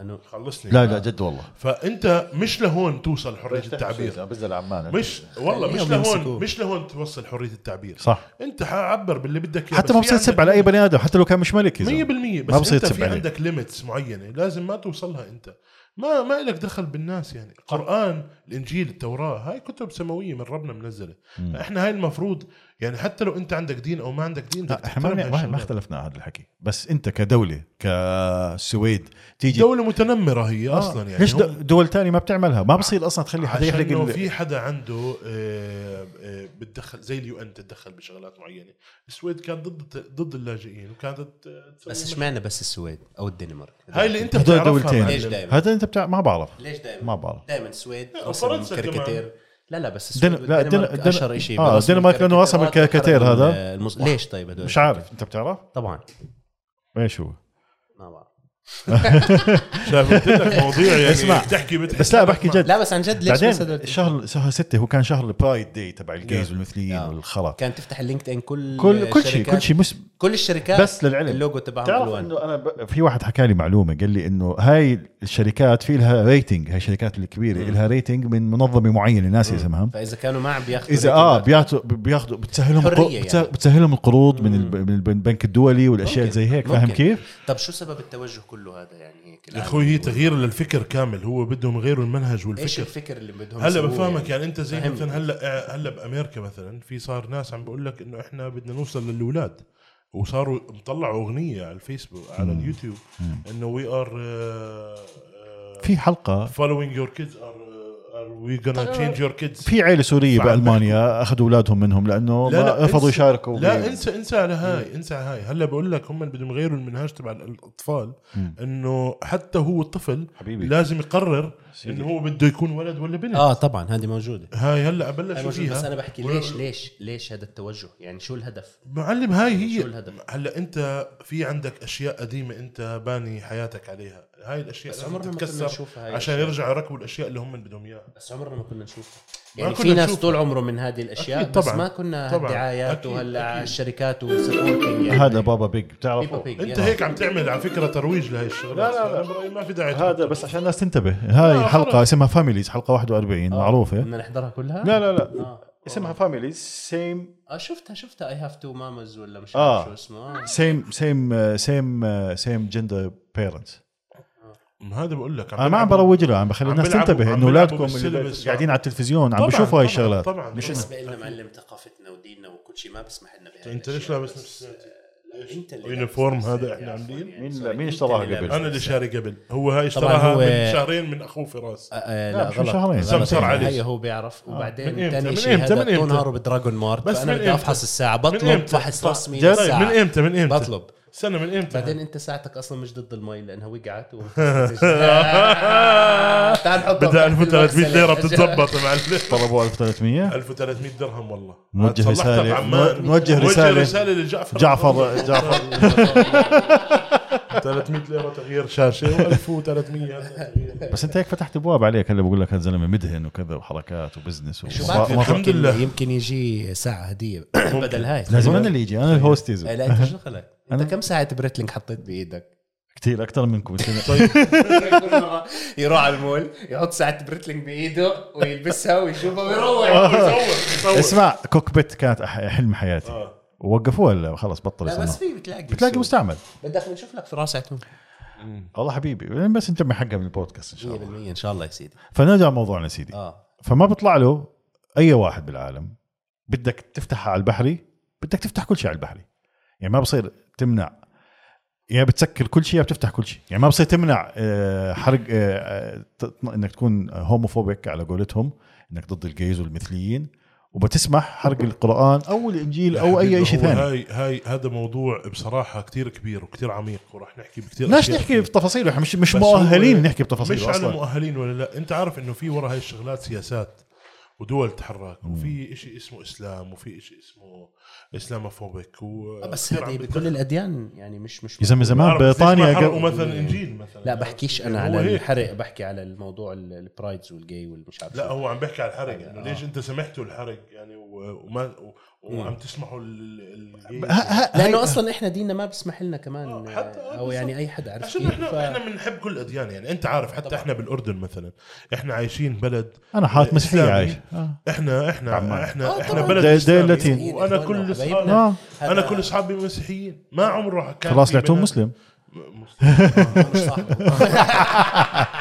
انه خلصني لا لا جد والله فانت مش لهون توصل حريه التعبير بزل عمان مش والله مش خليهم لهون يمسكوه. مش لهون توصل حريه التعبير صح انت حعبر باللي بدك إياه، حتى بس ما في بصير تسب عندك على اي بني ادم حتى لو كان مش ملك يا 100% زلمة. بس ما بصير انت تسب في عليه عندك ليميتس معينه لازم ما توصلها انت ما ما لك دخل بالناس يعني القران الانجيل التوراه هاي كتب سماويه من ربنا منزله احنا هاي المفروض يعني حتى لو انت عندك دين او ما عندك دين بدك لا احنا ما- تحترم ما, ما هالشغلات. اختلفنا على هذا الحكي بس انت كدوله كسويد تيجي دوله متنمره هي آه، اصلا يعني ليش هم- د- دول تانية ما بتعملها ما بصير اصلا تخلي حدا عشان يحرق انه ال- في حدا عنده آه، آه، بتدخل زي اليو ان تتدخل بشغلات معينه السويد كانت ضد ضد اللاجئين وكانت آه، تسوي بس مش- اشمعنى بس السويد او الدنمارك؟ هاي اللي انت هدول بتعرفها دولتين. معلم. ليش دايما؟ هذا انت بتاع ما بعرف ليش دائما؟ ما بعرف. دائما السويد لا، رسم وفرنسا كمان. الكاريكاتير لا لا بس دن- السويد لا، والدنمارك دن- دن- اشهر شيء آه، برسم الدنمارك لأنه رسم الكاريكاتيرات الكاريكاتير وحرم هذا. المس... ليش طيب هدول؟ مش عارف انت بتعرف طبعا ايش هو ما بعرف شايف قلت لك مواضيع يعني اسمع. بتحكي بتحكي بس لا بحكي جد لا بس عن جد ليش بس هدول بعدين شهر شهر ستة هو كان شهر البرايد داي تبع الجيز والمثليين آه. والخرا كان تفتح اللينكد ان كل كل كل شيء الشركات- كل شيء مس كل الشركات بس للعلم. اللوجو تبعهم تعرف الوان انه انا ب... في واحد حكى لي معلومه قال لي انه هاي الشركات في لها ريتنج هاي الشركات الكبيره Mm. لها ريتنج من منظمه معينه ناسي اسمها فاذا كانوا مع بياخذوا اذا اه بيعطوا بياخذوا بتسهلهم حرية القر- يعني. بتسه- بتسهلهم القروض من الب... من البنك الدولي والاشياء ممكن، زي هيك فاهم ممكن. كيف؟ طب شو سبب التوجه كله هذا يعني هيك يا الآن؟ اخوي هي تغيير للفكر كامل هو بدهم يغيروا المنهج ايش والفكر الفكر اللي بدهم هلا يسووه بفهمك يعني انت زي فهمني. مثلا هلا هلا بامريكا مثلا في صار ناس عم بقول لك انه احنا بدنا نوصل للاولاد وصاروا مطلعوا اغنيه على الفيسبوك على اليوتيوب انه وي ار آه، في حلقه فولوينج يور كيدز ار وي آه، gonna تشينج يور كيدز في عائله سوريه فعم بالمانيا اخذوا اولادهم منهم لانه لا لا ما رفضوا انسى- يشاركوا لا بال- انسى انسى على هاي انسى على هاي هلا بقول لك هم بدهم يغيروا المنهاج تبع الاطفال انه حتى هو الطفل حبيبي. لازم يقرر انه هو بده يكون ولد ولا بنت اه طبعا هذه موجوده هاي هلا ابلش هاي موجوده فيها بس انا بحكي ولا- ليش ليش ليش هذا التوجه يعني شو الهدف معلم هاي هي شو الهدف؟ هلا انت في عندك اشياء قديمه انت باني حياتك عليها هاي الاشياء بس لازم عمرنا ما كنا تتكسر نشوفها هاي عشان الأشياء. يرجعوا يركبوا الاشياء اللي هم بدهم اياها بس عمرنا ما كنا نشوفها ما يعني في كنا ناس نشوفها. طول عمرهم من هذه الاشياء أكيد بس طبعاً. ما كنا طبعاً. هالدعايات أكيد، وهلا أكيد. الشركات وسبورتنج يعني هذا بابا بيج بيبا بتعرفه بيج، انت يعني. هيك عم تعمل على فكره ترويج لهي الشغله لا، لا، لا. ما في داعي هذا بس عشان الناس تنتبه هاي آه، الحلقه خلص. اسمها فاميليز حلقه 41 معروفه آه، بدنا نحضرها كلها لا لا لا آه. اسمها فاميليز سيم اه شفتها شفتها اي هاف تو مامز ولا مش آه. عارف شو اسمه آه. سيم سيم سيم سيم جندر بيرنتس هذا بقول لك انا ما عم بروج له عم بخلي عم الناس بيلعبوا- عم تنتبه انه بيلعبوا اولادكم اللي بالسيلبس. قاعدين على التلفزيون عم طبعاً، بيشوفوا طبعاً، هاي الشغلات طبعاً، مش طبعاً. إنه- بالنسبه لنا معلم ثقافتنا وديننا وكل شيء ما بيسمح لنا بهاي انت ليش الأشياء. لابس بس- آه، نفس لا، انت اللي يونيفورم لابس هذا نفس- إحنا يا عاملين؟ عفواً، يعني مين- سوري، مين أنت اشتراها اللي قبل؟ لابس انا اللي نفس- شاري قبل هو هاي طبعاً اشتراها هو- من شهرين من اخوه فراس آه، آه، لا، لا مش غلط شهرين. غلط. سمسار عليه. هي هو بيعرف آه. من إمتى؟ وبعدين من ثاني شيء إمتى؟ من هذا طول إمتى؟ نهاره بدراجون مارت بس فانا من بدي إمتى؟ افحص الساعه من بطلب إمتى؟ فحص طيب. رسمي جد؟ طيب للساعة. من امتى من امتى بطلب استنى من امتى بعدين انت ساعتك اصلا مش ضد المي لانها وقعت و... <laughs> آه، تعال نحطها بدها تحت <laughs> 1300 المغسلة. ليره بتتظبط مع طلبوا 1300 1300 درهم والله نوجه صلحتها رسالة- بعمان. نوجه رسالة- رساله لجعفر جعفر جعفر 300 ليره تغيير شاشه <laughs> و1300 بس انت هيك فتحت ابواب عليك هلا بقول لك هالزلمه مدهن وكذا وحركات شو وبزنس ومصا- بعرف، الحمد مصا- يمكن- لله. يمكن يجي ساعه <coughs> هديه بدل هاي إيه، لازم انا اللي يجي انا الهوستيز لا انت شو خلق انت أنا- كم ساعه بريتلينج حطيت <laughs> بايدك؟ كثير <laughs> اكثر منكم انتوا- طيب. كل مرة يروح على المول يحط ساعه بريتلينج بايده ويلبسها ويشوفها ويروح <laughs> اسمع كوكبيت كانت أح- حلم حياتي آه. وقفوها هلا خلص بطل لا بس يصنعوا. في بتلاقي بتلاقي مستعمل بدك بنشوف لك فراس عتون 100% والله حبيبي لين بس نجمع حقها من البودكاست ان شاء الله ان شاء الله يا سيدي فنرجع لموضوعنا سيدي اه فما بيطلع له اي واحد بالعالم بدك تفتحها على البحري بدك تفتح كل شيء على البحري يعني ما بصير تمنع يا بتسكر كل شيء يا بتفتح كل شيء يعني ما بصير تمنع آه، حرق آه، آه، تط- انك تكون هوموفوبيك على قولتهم انك ضد الجيز والمثليين وبتسمح حرق القران او الانجيل او اي شيء ثاني هاي هاي هذا موضوع بصراحه كثير كبير وكثير عميق وراح نحكي بكثير ليش أشياء نحكي فيه. بتفاصيله احنا مش مش بس هو مؤهلين نحكي مش بتفاصيله على اصلا مؤهلين ولا لا انت عارف انه في ورا هاي الشغلات سياسات ودول تحرك وفي إشي اسمه اسلام وفي إشي اسمه اسلاموفوبيك و بس هذه بكل الاديان يعني مش مش اذا من زمان بعرف ليش ما بريطانيا حرقوا قبل- مثلا انجيل مثلا لا بحكيش انا هو على هيك. الحرق بحكي على الموضوع ال- البرايدز والجاي والمش عارف لا شو. هو عم بيحكي على الحرق انه آه. ليش انت سمحتوا الحرق يعني و- وما و- وعم تسمحوا ال- ال- ه- ه- لانه اصلا احنا ديننا ما بيسمح لنا كمان آه، حتى- آه، او يعني بالضبط. اي حدا عرفت عشان كيف احنا ف- احنا بنحب كل الاديان يعني انت عارف حتى احنا بالاردن مثلا احنا عايشين بلد انا حاط مسيحيه إسلامي. عايش آه. احنا احنا طبعاً. احنا احنا آه، طبعاً. بلد دي- دي إسلامي. اللاتين. وانا كل إخواننا اصحابي آه. انا هذا- كل اصحابي مسيحيين ما عمره كان خلاص في لعتون بينات- مسلم آه، مش صاحبه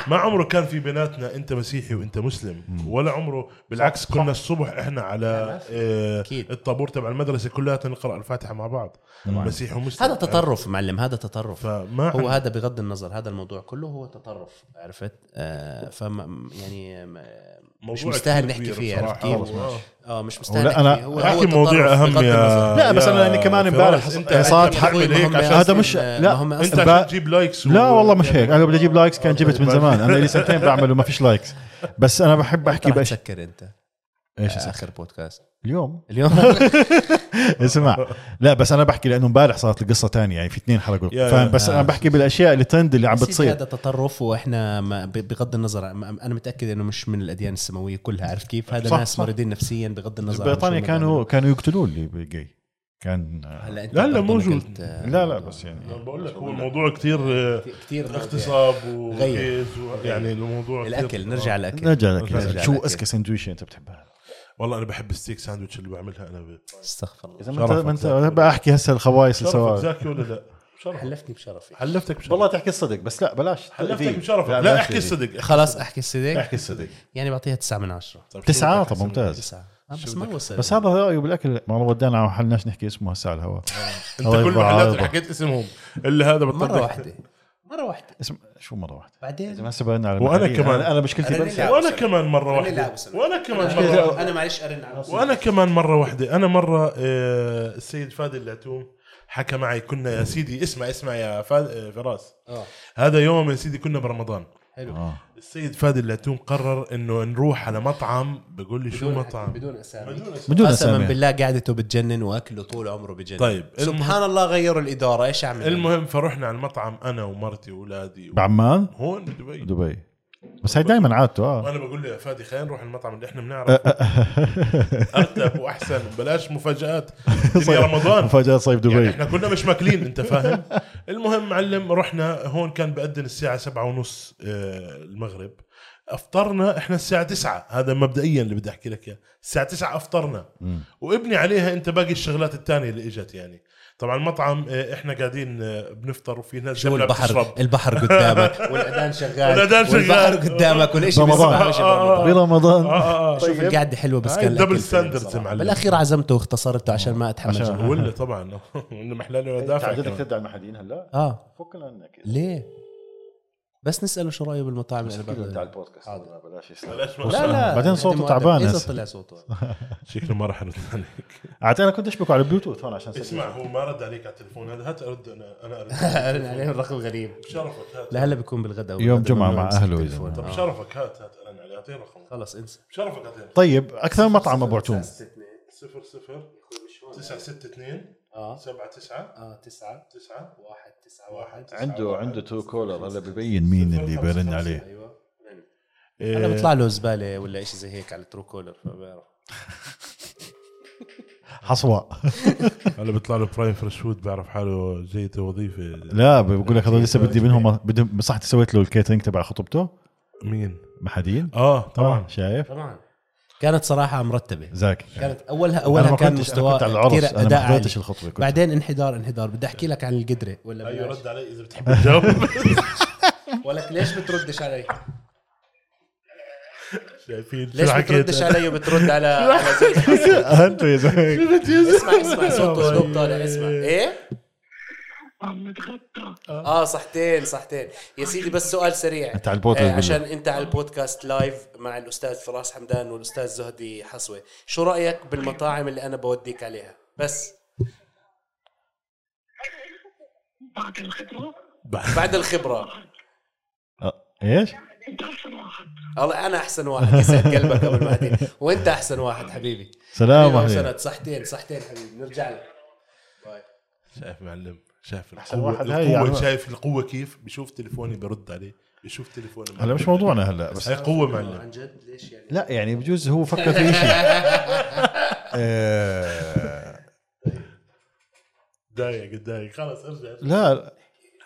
<laughs> ما عمره كان في بيناتنا انت مسيحي وانت مسلم ولا عمره بالعكس كنا الصبح احنا على آه، أكيد. الطابور تبع المدرسه كلها نقرا الفاتحه مع بعض مسيحي <laughs> ومسلم هذا تطرف معلم هذا تطرف فما هو هذا بغض النظر هذا الموضوع كله هو تطرف عرفت آه فما يعني آه، مش موضوع مستاهل كتير نحكي كبير فيه بصراحة. آه. عرفت كيف؟ خلص ماشي. اه مش مستاهل لا، أنا نحكي فيه. هو احكي هو موضوع تطرف اهم بغض يا النظر. لا، بس أنا يعني كمان امبارح فراس، انت عصاد أنت حق- بتعمل ما هم هيك عشان أصلاً- هذا مش- ما لا، هم انت أصلاً- ب- عشان تجيب لايكس لا و- يعني والله مش هيك انا بدي اجيب لايكس كان جبت من زمان انا لي <laughs> سنتين بعمل وما فيش لايكس بس انا بحب احكي رح بايش تسكر انت ايش اخر بودكاست اليوم اليوم اسمع لا بس انا بحكي لانه امبارح صارت القصه تانية يعني في اثنين حرقوا يا- فاهم بس يا. انا بحكي بالاشياء اللي ترند اللي عم بس بتصير هذا تطرف واحنا ما- ب- بغض النظر ما- انا متاكد انه مش من الاديان السماويه كلها عرفت كيف هذا صح، ناس صح. مريضين نفسيا بغض النظر عن بريطانيا شو كانوا الموضوع. كانوا يقتلوا اللي جاي كان هلا انت لا، لا، برضو موجود. نقلت، آه، لا، لا، موضوع. بس يعني. أنا بقول لك هو الموضوع كثير آه، كثير اغتصاب غير. وكيز و- غير. يعني الموضوع كتير- الاكل نرجع آه. للاكل نرجع نرجع لك للأكل. شو اسكى سندويشه انت بتحبها والله انا بحب الستيك ساندويتش اللي بعملها انا ب- استغفر اذا الله ما انت شرفك ما انت زاكي. بقى احكي هسه الخوايص اللي شرفك سواها زاكي ولا لا؟ شرفك حلفتني بشرفي حلفتك بشرفك والله تحكي الصدق بس لا بلاش حلفتك تأذيك. بشرفك لا, بلاش احكي تأذيك. الصدق خلاص احكي الصدق احكي الصدق يعني بعطيها 9 من 10 طيب، شو تسعة بدك طب أحسن؟ ممتاز 9 بس ما وصل بس هذا رايه بالاكل ما هو ودانا على حلناش نحكي اسمه هسه <laughs> على الهواء انت الله كل يرضى المحلات اللي على- حكيت اسمهم اللي هذا مره بتطلع واحده مره واحده اسم شو مره واحده بعدين ما سبقنا على وأنا المحلية. كمان. أنا- انا مشكلتي أنا بس ليه وانا كمان مره خليني واحده ألعب سنة. وانا كمان مره أنا- واحدة. انا معلش ارن على نفسي. وانا كمان مره واحده انا مره آه، السيد فادي اللعتوم حكى معي كنا يا سيدي اسمع اسمع يا فاد- آه، فراس اه هذا يوم يا سيدي كنا برمضان حلو آه. السيد فادي اللعتوم قرر انه نروح على مطعم بقول لي شو بدون- مطعم بدون اسامي بدون اسم. بدون قسما اسامي بالله قعدته بتجنن واكله طول عمره بجنن طيب، المهم- سبحان الله غيروا الاداره ايش اعمل المهم فرحنا على المطعم انا ومرتي واولادي و... بعمان هون بدبي دبي بس هاي دائما عادته اه وانا بقول له يا فادي خلينا نروح المطعم اللي احنا أه، بنعرفه ارتب واحسن <laughs> بلاش مفاجات دنيا رمضان مفاجاه صيف يعني دبي احنا كنا مش ماكلين انت فاهم المهم معلم رحنا هون كان بأذن الساعة سبعة ونص آه، المغرب افطرنا احنا الساعة تسعة هذا مبدئيا اللي بدي احكي لك اياه الساعة تسعة افطرنا وابني عليها انت باقي الشغلات الثانية اللي اجت يعني طبعا المطعم آه، احنا قاعدين آه، بنفطر وفي ناس شو جنبنا البحر بتشرب. البحر <laughs> قدامك والاذان شغال والأذان شغال. والبحر قدامك والاشي بيسمع رمضان. وإشي <laughs> برمضان. برمضان آه، آه، آه. شوف القعده حلوه بس هاي كان الدبل الأكل فيها ستاندردز بصراحة. يا معلم. بالاخير عزمته واختصرته عشان ما اتحمل عشان- جوع. ولا طبعا انه محلاني إيه، ودافع تعجبك كمان. تدعي المحليين هلا اه فكنا انك ليه بس نساله شو رايه بالمطاعم اللي بعدها. البودكاست هذا بلاش بلاش لا لا بعدين صوته تعبان اذا هسه. طلع <laughs> صوته شكله ما راح ارد عليك عاد انا كنت اشبكه على البلوتوث هون عشان أسجل. اسمع هو ما رد عليك على التليفون هذا هات ارد انا <laughs> انا ارد أرن <laughs> عليهم رقم غريب شرفك هات لهلا بيكون بالغداء يوم والغداء جمعة ممنوع مع يمسك أهله يا التليفون. طب آه. شرفك هات هات الان علي اعطيه رقم خلاص انسى شرفك اعطيه طيب اكثر مطعم ابو عتوم 0 0 9 6 2 اه 7 9 اه 9 9 1 9 1 عنده عنده تو كولر هلا ببين مين اللي بيرن عليه إيه. ايوه انا بيطلع له زباله ولا شيء زي هيك على الترو كولر فبعرف حصوى هلا بيطلع له برايم فريش فود بعرف حاله جاي وظيفه لا بقول لك هذول لسه بدي منهم بدهم صح أنت سويت له الكيترينج تبع خطبته مين؟ محدين اه طبعا آه، شايف طبعا كانت صراحه مرتبه زاكي كانت اولها أنا اولها ما كان كنتش- أنا مستوى كنت على العرس كثير انا اداء ما عالي حضرتش الخطوه كنت <laughs> بعدين انحدار انحدار بدي احكي لك عن القدره ولا ايوه بلاش؟ رد علي اذا <laughs> بتحب تجاوب ولك ليش بتردش علي؟ شايفين شو ليش بتردش حكيت علي وبترد على على زي- انتوا يا <laughs> زلمه اسمع <laughs> اسمع صوته شلون طالع اسمع ايه؟ عم نتغدى اه صحتين صحتين يا سيدي بس سؤال سريع أنت على البودكاست آه، بالله. عشان انت على البودكاست لايف مع الاستاذ فراس حمدان والاستاذ زهدي حصوي شو رايك بالمطاعم اللي انا بوديك عليها بس بعد الخدمة بعد الخبره آه، ايش؟ انت احسن واحد الله انا احسن واحد يسعد قلبك قبل ما أهديك. وانت احسن واحد حبيبي سلام حبيبي عليكم وسند. صحتين صحتين حبيبي نرجع لك باي. شايف معلم شايف أحسن القوة واحد هاي القوة يعني. شايف القوة كيف بشوف تليفوني برد عليه بشوف تليفوني هلا مش موضوعنا هلا بس بس هاي قوة معلم عن جد ليش يعني لا يعني بجوز هو فكر في <laughs> شيء آه، دايق دايق خلص ارجع لا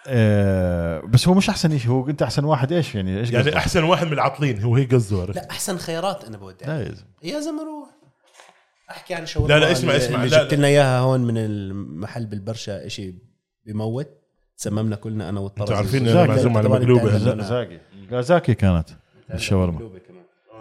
آه، بس هو مش احسن شيء هو انت احسن واحد ايش يعني ايش يعني قصدك؟ احسن واحد من العاطلين هو هي قصده عرفت؟ لا احسن خيارات انا بودي لا عليها. يا زلمة. يا زلمه روح احكي عن شاورما لا، لا، اسمع، اللي- اسمع، اللي لا، جبت لا. لنا اياها هون من المحل بالبرشا شيء بموت تسممنا كلنا انا والطرز انتوا عارفين إنه والزوج. معزوم طبعاً على أنت مقلوبة عارف هلا. إنه أنا- زاكي لا زاكي كانت الشاورما مقلوبة كمان.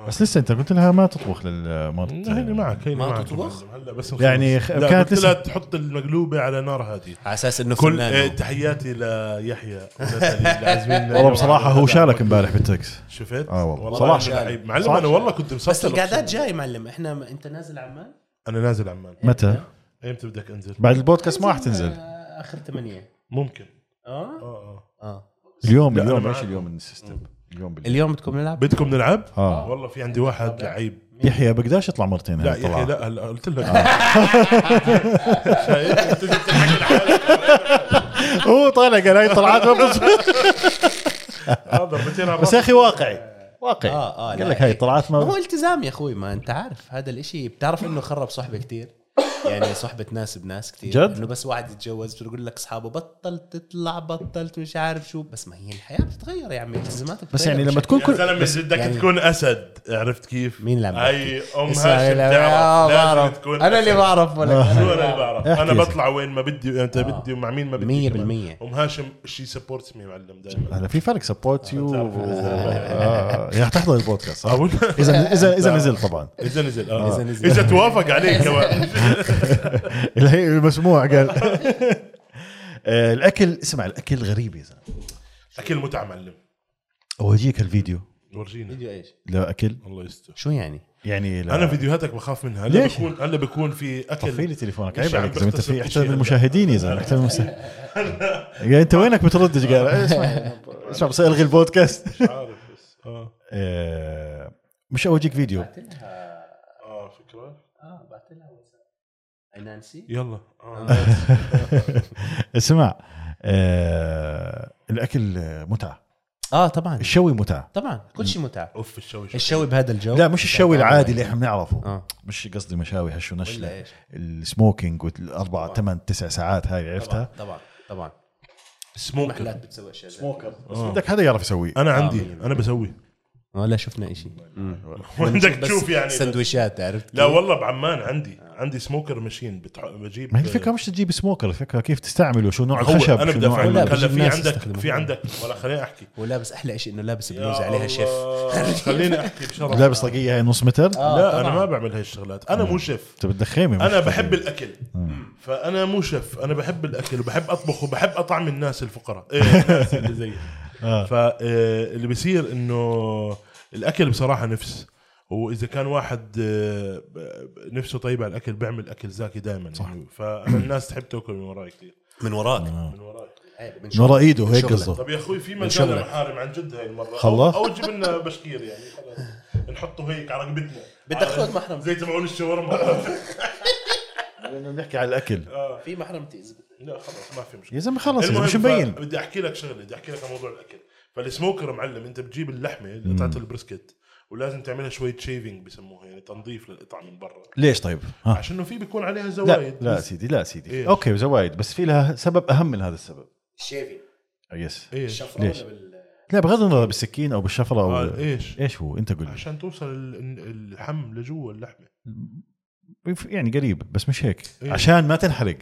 بس لسه انت قلت لها ما تطبخ للمرت هيني معك هيني ما معك تطبخ؟ هلا بس يعني خ- كانت كانت قلت لها لسه تحط المقلوبه على نار هاديه على اساس انه كل آه، فنان تحياتي <laughs> ليحيى ولتالي لعزمينا. والله بصراحه هو شارك امبارح بالتكس شفت آه والله. والله صراحة. صراحه لعيب معلم صراحة. انا والله كنت بس مسطر القعدات جاي معلم احنا ما انت نازل عمان انا نازل عمان متى؟ امتى بدك انزل بعد البودكاست ما راح تنزل آه، اخر ثمانية ممكن اه اه اه اه اليوم لا، أنا اليوم معك. ايش اليوم السيستم اليوم بالليل اليوم بدكم نلعب بدكم نلعب اه والله في عندي واحد لعيب يحيى بقداش يطلع مرتين لا هاي يا اخي طلع لا هلا قلت لك آه. شايف؟ أنت جبت الحكي لحالك. هو طالع قال هاي طلعات ما بتصير. هذا بتلعب بس يا اخي واقعي واقعي آه، آه، قال لا، لك هاي إيه. طلعات ما هو ما التزام يا اخوي ما انت عارف هذا الاشي بتعرف انه خرب صحبه كتير يعني صحبة ناس بناس كتير جد؟ انه بس واحد يتجوز بتقول لك اصحابه بطلت تطلع بطلت مش عارف شو بس ما هي الحياة بتتغير يا عمي التزاماتك بس بتتغير يعني لما بشكل- تكون يا كل زلمه بدك يعني- تكون اسد عرفت كيف؟ مين اللي عم اي بيحكي؟ ام اسمع، هاشم لا، تعرف لا، لازم بعرف. تكون انا اللي أسد. بعرف آه. ولا شو أنا انا اللي بعرف انا احكي يا بطلع وين ما بدي آه. وامتى بدي ومع مين ما بدي 100% كمان. ام هاشم شي سبورت مي معلم آه. دائما هلا في فرق سبورت يو تعرف. يا تحضر البودكاست صح؟ اذا اذا اذا نزل طبعا اذا نزل اه إذا اذا نزل. نزل اذا توافق عليه كمان <laughs> اللي هي المسموع قال <laughs> آه، الاكل اسمع الاكل غريب يا زلمه اكل متعه معلم اورجيك الفيديو ورجينا فيديو ايش؟ لاكل الله يستر شو يعني؟ يعني لا- انا فيديوهاتك بخاف منها هلا ليش؟ بكون هلا بكون في طفي لي اكل تليفونك ليش عيب عم عليك اذا انت بختصر في احترم بشي المشاهدين يا <laughs> زلمه احترم المس- يا انت وينك بتردد قال <laughs> اسمع اسمع بس الغي البودكاست <laughs> مش عارف بس اه آه، مش اورجيك آه، فيديو <laughs> اه فكره اه بعت لها نانسي يلا آه. <laughs> اسمع آه، الاكل متعه اه طبعا الشوي متعه طبعا كل شيء متعة اوف الشوي شوي. الشوي بهذا الجو لا آه. مش الشوي العادي اللي احنا بنعرفه اه مش قصدي مشاوي هش ونش ولا لا. ايش؟ السموكينج والاربع ثمان تسع ساعات هاي طبعا عرفتها طبعا طبعا سموكر محلات آه، بتسوي اشياء زي كده. بس بدك حدا يعرف يسويه انا عندي انا بسوي ولا شفنا اشي مم. <laughs> وعندك بس تشوف يعني بس. سندويشات عرفت لا والله بعمان عندي عندي سموكر ماشين بتح... بجيب ما هي الفكره مش تجيب سموكر الفكره كيف تستعمله شو هو نوع الخشب انا شو بدافع عنه. نوع عنك ال- لا، هلا بجيب في ناس عندك تستخدمه. في عندك ولا خليني احكي ولابس احلى شيء انه لابس يا بلوز عليها شيف الله. <laughs> خليني احكي بشرف لابس طاقيه هاي نص متر آه، لا طبعاً. انا ما بعمل هاي الشغلات انا مو شيف انت بدك خيمه مش انا طاقية. بحب الاكل فانا مو شيف انا بحب الاكل وبحب اطبخ وبحب اطعم الناس الفقراء إيه، الناس اللي زيي فاللي بيصير انه الاكل بصراحه نفس واذا كان واحد آه، ب- نفسه طيب على الاكل بيعمل اكل زاكي دائما صح يعني فانا الناس تحب تاكل من وراي كثير من آه. وراك من وراي من من ورا ايده هيك شغلة. قصده طب يا اخوي في مجال شغلك. محارم عن جد هاي المره خلاص. او أو جيب لنا بشكير يعني خلاص نحطه هيك على رقبتنا بدك على- خذ محرم. زي تبعون الشاورما لانه بنحكي على الاكل في محرم تأذي لا خلاص ما في مشكله يا زلمه خلص المهم مش مبين ف- بدي احكي لك شغله بدي احكي لك عن موضوع الاكل فالسموكر معلم انت بتجيب اللحمه قطعه البريسكت ولازم تعملها شويه شيفنج بيسموها يعني تنظيف للقطعه من برا ليش طيب؟ ها. عشان انه في بيكون عليها لا زوايد لا سيدي لا سيدي إيه. اوكي زوايد بس في لها سبب اهم من هذا السبب الشيفي يس ايش الشفرة ليش؟ ولا بال لا بغض النظر بالسكين او بالشفره او آه، إيش؟ ايش هو انت قول عشان توصل ال- الحم لجوا اللحمه لي. يعني قريب بس مش هيك إيه. عشان ما تنحرق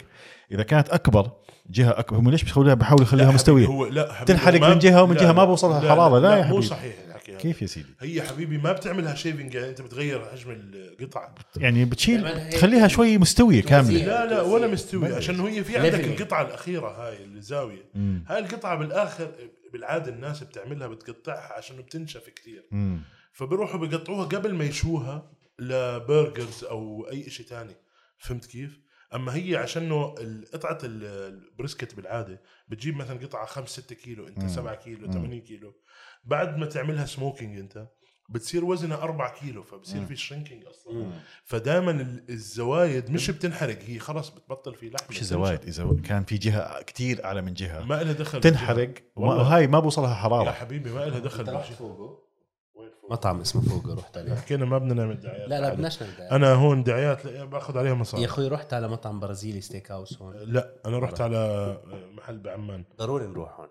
اذا كانت اكبر جهه اكبر هم ليش بيخلوها بيحاولوا لا يخليها حبيبي، مستويه هو لا حبيبي، تنحرق ما- من جهة ومن لا، جهة، ما لا، بوصلها الحرارة، لا يا مو حبيبي. صحيح الحكي هذا. كيف يا سيدي؟ هي حبيبي ما بتعملها شيفنج يعني انت بتغير حجم القطعه يعني بتشيل كمان هيك. تخليها شوي مستويه كامله لا لا ولا مستوي بلش. عشان هي في عندك Leveling. القطعه الاخيره هاي الزاويه مم. هاي القطعه بالاخر بالعاده الناس بتعملها بتقطعها عشان بتنشف كثير مم. فبروحوا بيقطعوها قبل ما يشوها لبرجرز او اي شيء تاني فهمت كيف اما هي عشان إنه ال- قطعه ال- البريسكت بالعاده بتجيب مثلا قطعه 5 6 كيلو انت 7 كيلو 8 كيلو بعد ما تعملها سموكينج انت بتصير وزنها 4 كيلو فبصير في شرينكينج اصلا فدائما الزوايد مش بتنحرق هي خلاص بتبطل في لحمه مش الزوايد اذا كان في جهه كتير اعلى من جهه ما لها دخل تنحرق والله. وهاي ما بوصلها يا حراره حبيبي ما لها دخل أنت رحت بالجهة. فوقه مطعم اسمه فوقه رحت عليه حكينا ما بدنا نعمل دعايات لا لا بدناش نبدا انا هون دعايات لا- باخذ عليها يا مصاري اخوي رحت على مطعم برازيلي ستيك هاوس هون لا انا رحت على محل بعمان ضروري نروح هون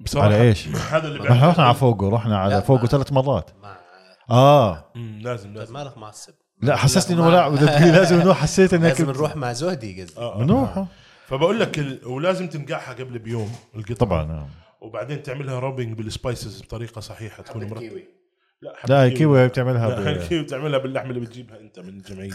بصراحه على <laughs> ايش؟ هذا اللي احنا رحنا على بعمل فوقه رحنا لا، على فوقه ما- ثلاث مرات مع اه أمم، لازم طيب لازم مالك معصب لا حسسني انه ما- لا بدك تقول <laughs> لازم نروح حسيت انك لازم نروح مع زهدي قصدي آه، آه. نروح فبقول لك ال... ولازم تنقعها قبل بيوم القطعه طبعا آه. وبعدين تعملها روبنج بالسبايسز بطريقه صحيحه تكون حبة مرتبة. كيوي لا حبة لا الكيوي بتعملها لا، ب- الكيوي بتعملها باللحمه اللي بتجيبها انت من الجمعيه